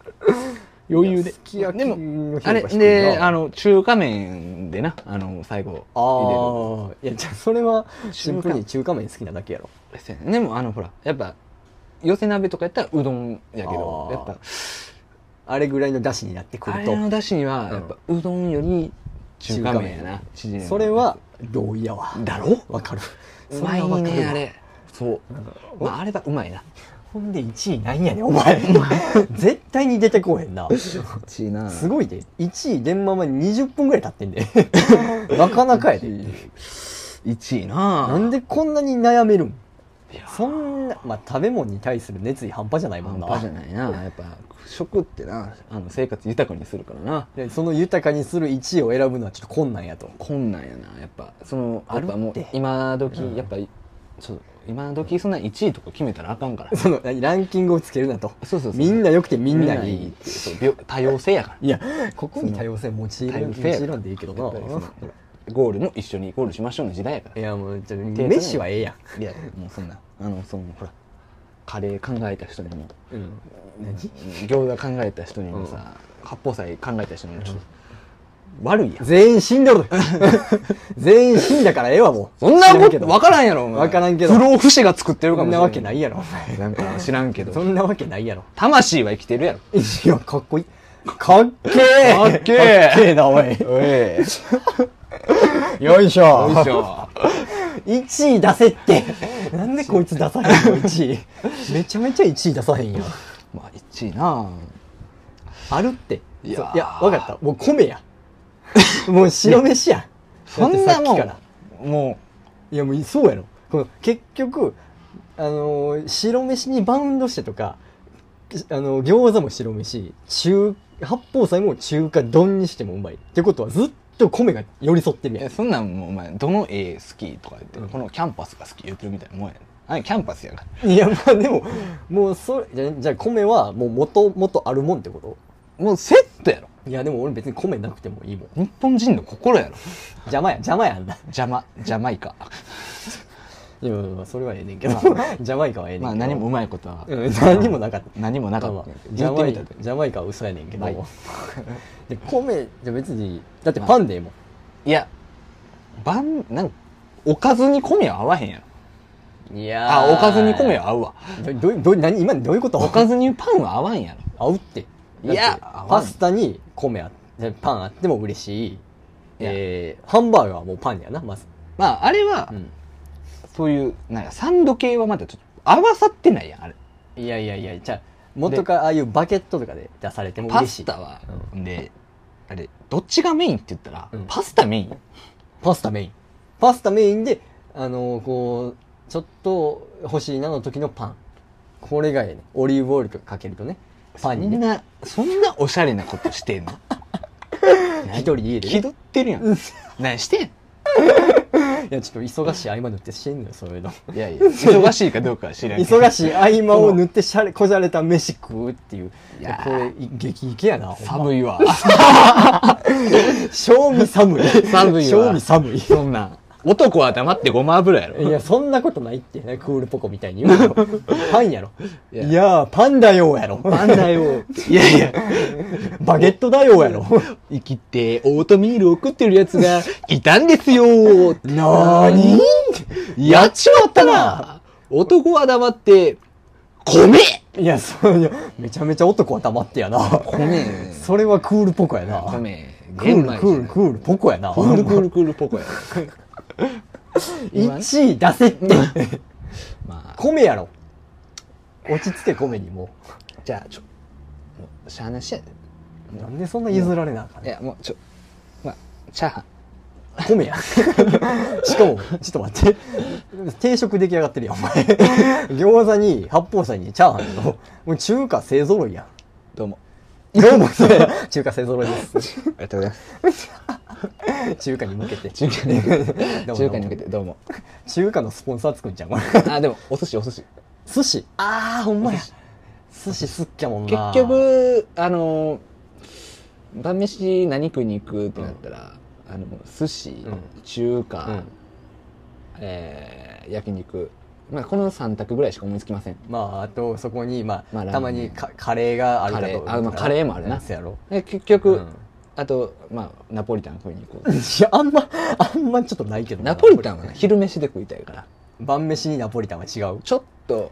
Speaker 1: 余裕ですき焼き
Speaker 2: で
Speaker 1: の
Speaker 2: も
Speaker 1: 評
Speaker 2: あ
Speaker 1: 価
Speaker 2: れ
Speaker 1: 低いな
Speaker 2: であの中華麺でなあの最後入
Speaker 1: ああいやじゃあそれはシンプルに中華麺好きなだけやろ
Speaker 2: れるそうやねでもあのほらやっぱ寄せ鍋とかやったらうどんやけど
Speaker 1: あー
Speaker 2: やっぱ
Speaker 1: あれぐらいの出汁になってく
Speaker 2: あ
Speaker 1: る
Speaker 2: れの
Speaker 1: と
Speaker 2: だしにはやっぱうどんより中華麺やな縮れ麺
Speaker 1: それは同意やわ
Speaker 2: だろ
Speaker 1: わかる
Speaker 2: うま
Speaker 1: それはわ
Speaker 2: い
Speaker 1: かる
Speaker 2: ね
Speaker 1: わ
Speaker 2: あれそう、まあ、あれはうまいな
Speaker 1: ほんで1位なんやねんお前絶対に出てこうへんな
Speaker 2: ちな
Speaker 1: すごいで1位電話まで20分ぐらい経ってんで なかなかやで
Speaker 2: 1位な
Speaker 1: なんでこんなに悩めるん
Speaker 2: いや
Speaker 1: そんな、まあ、食べ物に対する熱意半端じゃないもん
Speaker 2: 半
Speaker 1: な
Speaker 2: 端じゃないなやっぱ食ってなあの生活豊かにするからな
Speaker 1: でその豊かにする1位を選ぶのはちょっと困難やと
Speaker 2: 困難やなやっぱそのやっぱも
Speaker 1: ある
Speaker 2: う
Speaker 1: って
Speaker 2: 今時、やっぱそう今時そんな1位とか決めたらあかんから
Speaker 1: その何ランキングをつけるなと
Speaker 2: そうそうそう
Speaker 1: みんな良くてみんな
Speaker 2: み
Speaker 1: に
Speaker 2: んってそうびょ多様性やから
Speaker 1: いやここに多様性用い
Speaker 2: 多
Speaker 1: る
Speaker 2: 様性や
Speaker 1: 用いらんでいいけど
Speaker 2: やっぱりその
Speaker 1: な
Speaker 2: ゴールも一緒にゴールしましょうの時代やから
Speaker 1: いやもうちょっと
Speaker 2: 手
Speaker 1: 飯はええや
Speaker 2: いやもうそんなあのそのほらカレー考えた人にも
Speaker 1: ん、
Speaker 2: 餃子考えた人にもさ、八宝菜考えた人にもちょっと悪いやん
Speaker 1: 全員死んで る全員死んだからええわもう
Speaker 2: そんな
Speaker 1: 知ら
Speaker 2: こ
Speaker 1: け
Speaker 2: と
Speaker 1: ど
Speaker 2: 分からんやろお前
Speaker 1: 分からんけど
Speaker 2: 不老不死が作ってるか
Speaker 1: そ
Speaker 2: も
Speaker 1: ん
Speaker 2: しれ
Speaker 1: な
Speaker 2: ない
Speaker 1: わけないやろお前
Speaker 2: なんか知らんけど
Speaker 1: そんなわけないやろ
Speaker 2: 魂は生きてるやろ
Speaker 1: いやかっこいいかっけえ
Speaker 2: かっけえ
Speaker 1: かっけえなおい
Speaker 2: おいよいし
Speaker 1: よいしょ
Speaker 2: ょ
Speaker 1: 1位出せってなんでこいつ出さへんの1位めちゃめちゃ1位出さへんやん
Speaker 2: まあ1位な
Speaker 1: あるって
Speaker 2: いや
Speaker 1: そういや分かったもう米やもう白飯や
Speaker 2: そんなも
Speaker 1: だってさっきから
Speaker 2: んも
Speaker 1: いやもうそうやろこの結局あのー白飯にバウンドしてとかあのー餃子も白飯中八宝菜も中華丼にしてもうまいってことはずっと米が寄り添ってる
Speaker 2: う
Speaker 1: や
Speaker 2: え
Speaker 1: ん
Speaker 2: そんなんもうお前どの絵好きとか言って、
Speaker 1: うん
Speaker 2: このキャンパスが好き言ってるみたいなもんやねあれキャンパスやから
Speaker 1: いやまあでももうそれじゃじゃあ米はもう元々あるもんってこと
Speaker 2: もうセットやろ
Speaker 1: いやでも俺別に米なくてもいいもん
Speaker 2: 日本人の心やろ
Speaker 1: 邪魔や邪魔やあんな
Speaker 2: 邪魔ジャマイ カ
Speaker 1: いやまあそれはええねんけど
Speaker 2: まあ
Speaker 1: 邪魔いかはええねんけど
Speaker 2: まあ何もうまいことは、
Speaker 1: うん何もなかった
Speaker 2: 何もなか
Speaker 1: ま
Speaker 2: っ
Speaker 1: あ
Speaker 2: た
Speaker 1: まあジ
Speaker 2: 言
Speaker 1: ャ
Speaker 2: って
Speaker 1: マ
Speaker 2: み
Speaker 1: イ
Speaker 2: た
Speaker 1: カ
Speaker 2: だけ
Speaker 1: ジャマイカは嘘やねんけど
Speaker 2: はい
Speaker 1: で米じゃ別にだってパンでええもん
Speaker 2: いや晩なんおかずに米は合わへんやろ
Speaker 1: いや
Speaker 2: あおかずに米は合 うわ
Speaker 1: どどど何今どういうこと
Speaker 2: おかずにパンは合わんやろ
Speaker 1: 合うって
Speaker 2: いや
Speaker 1: だって
Speaker 2: 合わん
Speaker 1: パスタに米あってパンあっても嬉しい
Speaker 2: や
Speaker 1: えーハンバーガーはもうパンやなまず、
Speaker 2: まああれは、
Speaker 1: うん
Speaker 2: そういうなんかサンド系はまだちょっと合わさってないやんあれ
Speaker 1: いやいやいやじゃあ元からああいうバケットとかで出されても
Speaker 2: パ
Speaker 1: 嬉
Speaker 2: ス
Speaker 1: しい
Speaker 2: タは、であれどっちがメインって言ったら、
Speaker 1: うん
Speaker 2: パスタメイン
Speaker 1: パスタメインパスタメインであのーこうちょっと欲しいなの時のパンこれがええねオリーブオイルとかかけるとねパ
Speaker 2: そ
Speaker 1: ンに
Speaker 2: ん
Speaker 1: ね
Speaker 2: なそんなおしゃれなことし てんの
Speaker 1: 一人家で、ね、
Speaker 2: 気取ってるやん何してん
Speaker 1: いやちょっと忙しい合間塗ってしてんのよそういうの
Speaker 2: いやいや忙しいかどうかは知らんけど
Speaker 1: 忙しい合間を塗ってしゃれこじゃれた飯食うっていうい
Speaker 2: いや
Speaker 1: やこれい激イケやなほんま
Speaker 2: 寒いわ
Speaker 1: 正味寒い
Speaker 2: 寒いわ
Speaker 1: 正味寒い
Speaker 2: そんなん男は黙ってごま油やろ
Speaker 1: いやそんなことないってクールポコみたいに言うのパンやろい
Speaker 2: い
Speaker 1: や
Speaker 2: や
Speaker 1: ーパンだよーやろ
Speaker 2: パンだよいやいや
Speaker 1: バゲットだよーやろ
Speaker 2: 生きてオートミールを食ってるやつがいたんですよ
Speaker 1: なーに
Speaker 2: やっちまったな男は黙って米
Speaker 1: いや、そういや、めちゃめちゃ男は黙ってやな。
Speaker 2: 米
Speaker 1: それはクールポコやな。
Speaker 2: 米
Speaker 1: クール、クール、クール、ポコやな。
Speaker 2: クールクールクールポコや今ね
Speaker 1: 1位出せって。
Speaker 2: まあ
Speaker 1: 米やろ。落ち着け米にも
Speaker 2: じゃあちょもうしゃあなしやで
Speaker 1: う。なんでそんな譲られなあかん
Speaker 2: い
Speaker 1: ね
Speaker 2: やもうちょまあチャーハン
Speaker 1: ん米や。 しかも、ちょっと待って。定食出来上がってるやん、お前。餃子に八宝菜にチャーハンの、もう中華勢揃いや
Speaker 2: どうも
Speaker 1: ん。どうも、それ 中華勢揃いです。
Speaker 2: ありがとうござい ます
Speaker 1: 中華に向けて。
Speaker 2: 中華に向け
Speaker 1: どうもどうも
Speaker 2: て中華に向けてどうも
Speaker 1: 中華のスポンサーつくんじゃん、これ。
Speaker 2: あでもお寿司お寿司
Speaker 1: 寿司ああほんまや寿司すっきゃもん
Speaker 2: 結
Speaker 1: な
Speaker 2: 局あの晩飯何食いに行くってなったら、あの寿司、
Speaker 1: ん
Speaker 2: 中華、
Speaker 1: うん
Speaker 2: えー焼肉、まあ、この3択ぐらいしか思いつきません
Speaker 1: まああとそこにまあ、
Speaker 2: まあラーメン
Speaker 1: たまにカカレーがあるか
Speaker 2: カレ
Speaker 1: と
Speaker 2: ーあまあカレーもあるな
Speaker 1: そうやろ
Speaker 2: で結局、
Speaker 1: うん
Speaker 2: あと、まあ、ナポリタン食いに行こ
Speaker 1: いうやあんま あんまちょっとないけどな
Speaker 2: ナポリタンはね昼飯で食いたいから
Speaker 1: 晩飯にナポリタンは違う
Speaker 2: ちょっと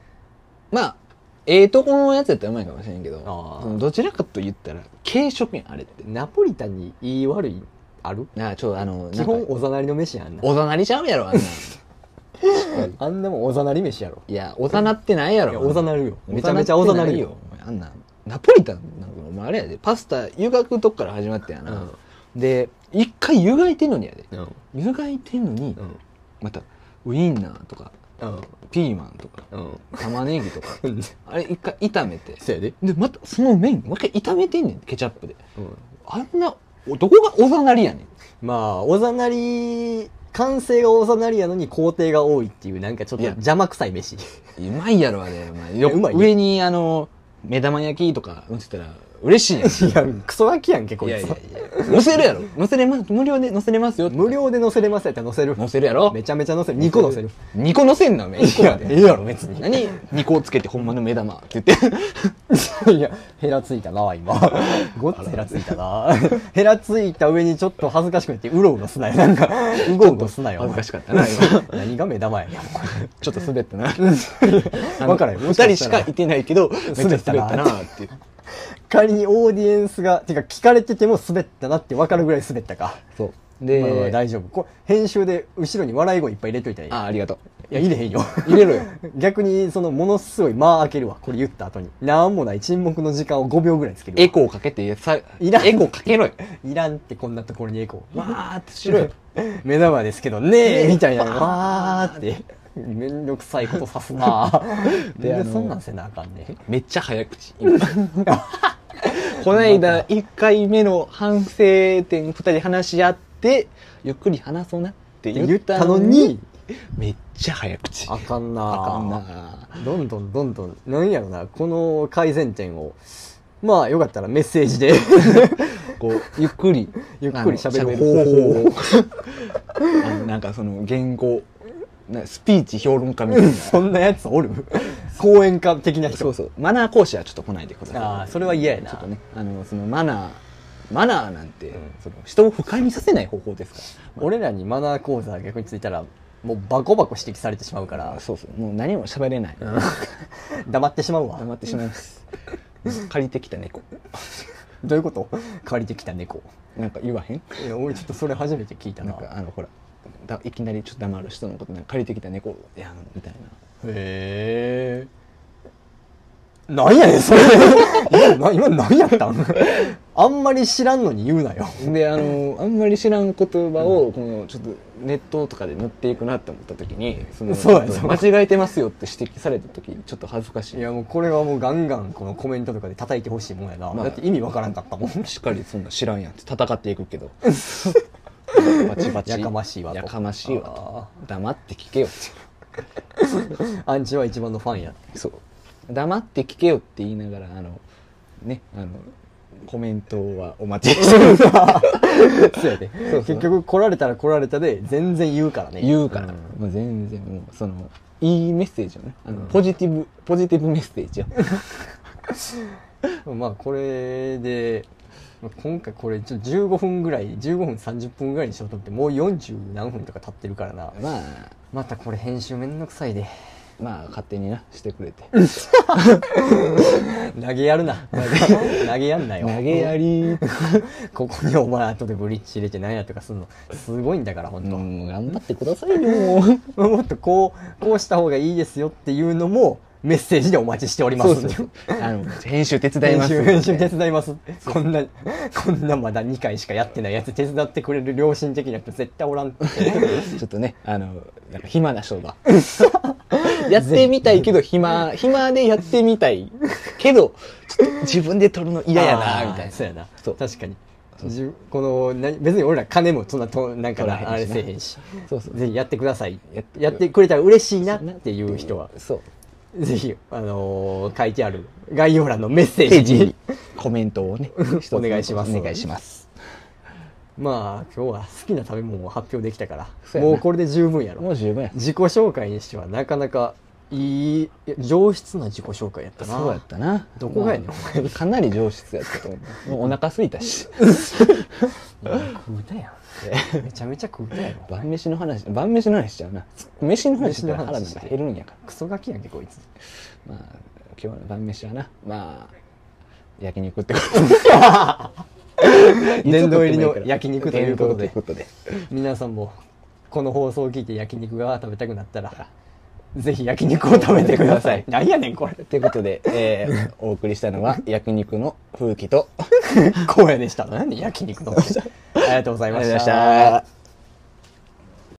Speaker 2: まあええとこのやつやったらうまいかもしれんけど
Speaker 1: あー
Speaker 2: そのどちらかと言ったら軽食やんあれって
Speaker 1: ナポリタンに言い悪いある
Speaker 2: なあちょっとあの
Speaker 1: 基本
Speaker 2: なんか
Speaker 1: おざなりの飯やんな
Speaker 2: おざなりちゃうやろあん なん
Speaker 1: あんなもんおざなり飯やろ
Speaker 2: いやおざなってないや
Speaker 1: いや
Speaker 2: ろ
Speaker 1: おざなるよめちゃめちゃおざなるよ
Speaker 2: お前あんなナポリタンなんかお前あれやでパスタ湯がくとこから始まったやな、で一回湯がいてんのにやで
Speaker 1: うん
Speaker 2: 湯がいてんのに、
Speaker 1: うん
Speaker 2: またウインナーとか
Speaker 1: うん
Speaker 2: ピーマンとか
Speaker 1: うん
Speaker 2: 玉ねぎ とか
Speaker 1: うん
Speaker 2: あれ一回炒めて
Speaker 1: せやで
Speaker 2: でまたその麺もう一回炒めてんねんケチャップで
Speaker 1: うん
Speaker 2: あんなおどこがおざなりやねん
Speaker 1: まあおざなり完成がおざなりやのに工程が多いっていうなんかちょっと
Speaker 2: いや
Speaker 1: 邪魔くさい飯
Speaker 2: うまいやろあれ、お前よ
Speaker 1: うまいね
Speaker 2: 上にあの目玉焼きとか乗ってたら嬉しいやん
Speaker 1: いやクソガキやんけこ
Speaker 2: い
Speaker 1: いつ
Speaker 2: やいやいや載せるやろ載せれます無料で載せれますよって
Speaker 1: 無料で載せれますやったら載せる
Speaker 2: 載せるやろ
Speaker 1: めちゃめちゃ載せる2個載せる
Speaker 2: 2個載せんのお前
Speaker 1: いやええやろ別に
Speaker 2: 何2個つけてほんまの目玉って言って
Speaker 1: いや、ヘラついたな、今。 ごっつヘラついたな。ヘラついた上にちょっと恥ずかしくなって、うろうろすなよ。 なんか、うごうごすなよ。
Speaker 2: 恥ずかしかったな今
Speaker 1: お前何が目玉やねん。お
Speaker 2: ちょっと滑ったな
Speaker 1: 前わからへん。
Speaker 2: 2人しかいてないけどめっちゃ滑ったなっていう
Speaker 1: 仮にオーディエンスが、てか聞かれてても滑ったなって分かるぐらい滑ったか。
Speaker 2: そう
Speaker 1: まあまあ
Speaker 2: で、
Speaker 1: 大丈夫。これ編集で後ろに笑い声いっぱい入れといたらいい。
Speaker 2: あありがと
Speaker 1: いや、入れへんよ。
Speaker 2: う入れろよ
Speaker 1: 逆に、その、ものすごい間開けるわ。これ言った後に。なんもない沈黙の時間を5秒ぐらいつけるわ
Speaker 2: エコーかけてさ
Speaker 1: いらん
Speaker 2: エコーかけろよ
Speaker 1: いらんってこんなところにエコー。
Speaker 2: わーってしろよ
Speaker 1: 目玉ですけどねえみ たいな
Speaker 2: ねえ
Speaker 1: わーってめんどくさいことさすなぁ
Speaker 2: で
Speaker 1: なん
Speaker 2: あ
Speaker 1: で
Speaker 2: の
Speaker 1: そんなんせなあかんねん
Speaker 2: めっちゃ早口今 この間1回目の反省点2人話し合ってゆっくり話そうなって言
Speaker 1: 言っ
Speaker 2: ったた
Speaker 1: の
Speaker 2: のに
Speaker 1: に
Speaker 2: めっちゃ早口
Speaker 1: あかんな
Speaker 2: あ
Speaker 1: ぁ
Speaker 2: かんな
Speaker 1: どんどんどんどんなんやろなこの改善点をまあよかったらメッセージで
Speaker 2: こうゆっくり
Speaker 1: ゆっくり喋る
Speaker 2: 方法を あのなんかその言語なスピーチ評論家みたいな
Speaker 1: そんなやつお る講演家的な人
Speaker 2: そうそうマナー講師はちょっと来ないでください
Speaker 1: あーそれは嫌やな
Speaker 2: ちょっとねあのそのマナーマナーなんて、その人を不快にさせない方法ですから
Speaker 1: 俺らにマナー講座が逆についたらもうバコバコ指摘されてしまうから
Speaker 2: そうそうもう何も喋れない、
Speaker 1: 黙ってしまうわ
Speaker 2: 黙ってしまいます借りてきた猫
Speaker 1: どういうこと借りてきた猫
Speaker 2: なんか言わへん
Speaker 1: いや俺ちょっとそれ初めて聞いた
Speaker 2: な
Speaker 1: なん
Speaker 2: かあのほらだいきなりちょっと黙る人のことなんか借りてきた猫やんみたい
Speaker 1: へえ。なんやねん、それ。 今、な今何やったんあんまり知らんのに言うなよ。
Speaker 2: なであのあんまり知らん言葉をこのちょっとネットとかで塗っていくなって思った時にその
Speaker 1: そうや
Speaker 2: ちょっと
Speaker 1: そう
Speaker 2: 間違えてますよって指摘された時ちょっと恥ずかしい
Speaker 1: いや、もうこれはもうガンガンこのコメントとかで叩いてほしいもんやな。
Speaker 2: まあ
Speaker 1: だって意味わからんかったもん。
Speaker 2: しっかりそんな知らんやんって戦っていく けどバチバチ
Speaker 1: やかましいわと
Speaker 2: やかましいわと黙って聞けよっ
Speaker 1: アンチは一番のファンや。
Speaker 2: てそう黙って聞けよって言いながらあのねあのコメントはお待ちして る
Speaker 1: そうやで。
Speaker 2: そう
Speaker 1: 結局来られたら来られたで、全然言うからね。
Speaker 2: 言うから、
Speaker 1: ん
Speaker 2: もう全然もうそのいいメッセージをねあの、ポジティブポジティブメッセージ を
Speaker 1: まあこれでまあ今回これちょっと15分ぐらい15分30分ぐらいにしようと思ってもう40何分とか経ってるからな
Speaker 2: まあ
Speaker 1: またこれ編集めんどくさいで
Speaker 2: まあ勝手になしてくれて
Speaker 1: 投げやるな投げやんなよ
Speaker 2: 投げやり
Speaker 1: ここにお前後でブリッジ入れて何やとかすんのすごいんだから本当、
Speaker 2: もう頑張ってく ださいよ
Speaker 1: もっとこうこうした方がいいですよっていうのもメッセージでお待ちしておりま
Speaker 2: そ
Speaker 1: す
Speaker 2: うそうそうあの編集手伝
Speaker 1: 編
Speaker 2: います
Speaker 1: 集編集手伝いますこんなこんなまだ2回しかやってないやつ手伝ってくれる良心的な人絶対おらんって
Speaker 2: ちょっとね、あの、なんか暇な人が。やってみたいけど暇、暇でやってみたいけど、ちょっと自分で撮るの嫌や
Speaker 1: あー
Speaker 2: な、みたいな。
Speaker 1: そうやな
Speaker 2: そう
Speaker 1: 確かにじゅこのな別に俺ら金もそんなとなんか
Speaker 2: 取
Speaker 1: な
Speaker 2: らへんしな
Speaker 1: あれせえへんし
Speaker 2: そうそう
Speaker 1: ぜひやってください
Speaker 2: や
Speaker 1: や
Speaker 2: っ
Speaker 1: ってくれたら嬉しいなっていう人は
Speaker 2: そう。
Speaker 1: ぜひあのー書いてある概要欄のメッセ
Speaker 2: ペ
Speaker 1: ージ
Speaker 2: ージ
Speaker 1: に
Speaker 2: にコメントをね、一 つ
Speaker 1: お願いします
Speaker 2: お願いします。
Speaker 1: まあ今日は好きな食べ物を発表できたから
Speaker 2: そうやな
Speaker 1: もうこれで十分や
Speaker 2: も
Speaker 1: ろ
Speaker 2: う十分や。
Speaker 1: 自己紹介にしてはなかなかいいいや上質な自己紹介やったな
Speaker 2: そうやったな。
Speaker 1: どこがやねん
Speaker 2: まあかなり上質やったと思う。もうお腹空いたし。
Speaker 1: 食うたやんめちゃめちゃ食うたやろ
Speaker 2: 晩飯の話、晩飯の話しちゃうな。飯の話したら
Speaker 1: 飯
Speaker 2: 腹
Speaker 1: の話
Speaker 2: なんか減るんやから。
Speaker 1: クソガキやんけこいつ
Speaker 2: まあ、今日の晩飯はな、まあ、焼肉ってこと
Speaker 1: 殿堂入りの焼肉ということで
Speaker 2: 殿堂入りということで。
Speaker 1: 皆さんもこの放送を聞いて焼肉が食べたくなったらぜひ焼肉を食べてくださいなんやねんこれ
Speaker 2: ということで、えー、お送りしたのは焼肉の風紀と、あ
Speaker 1: 荒野でした何焼肉のありがとうござい
Speaker 2: り
Speaker 1: ました
Speaker 2: た。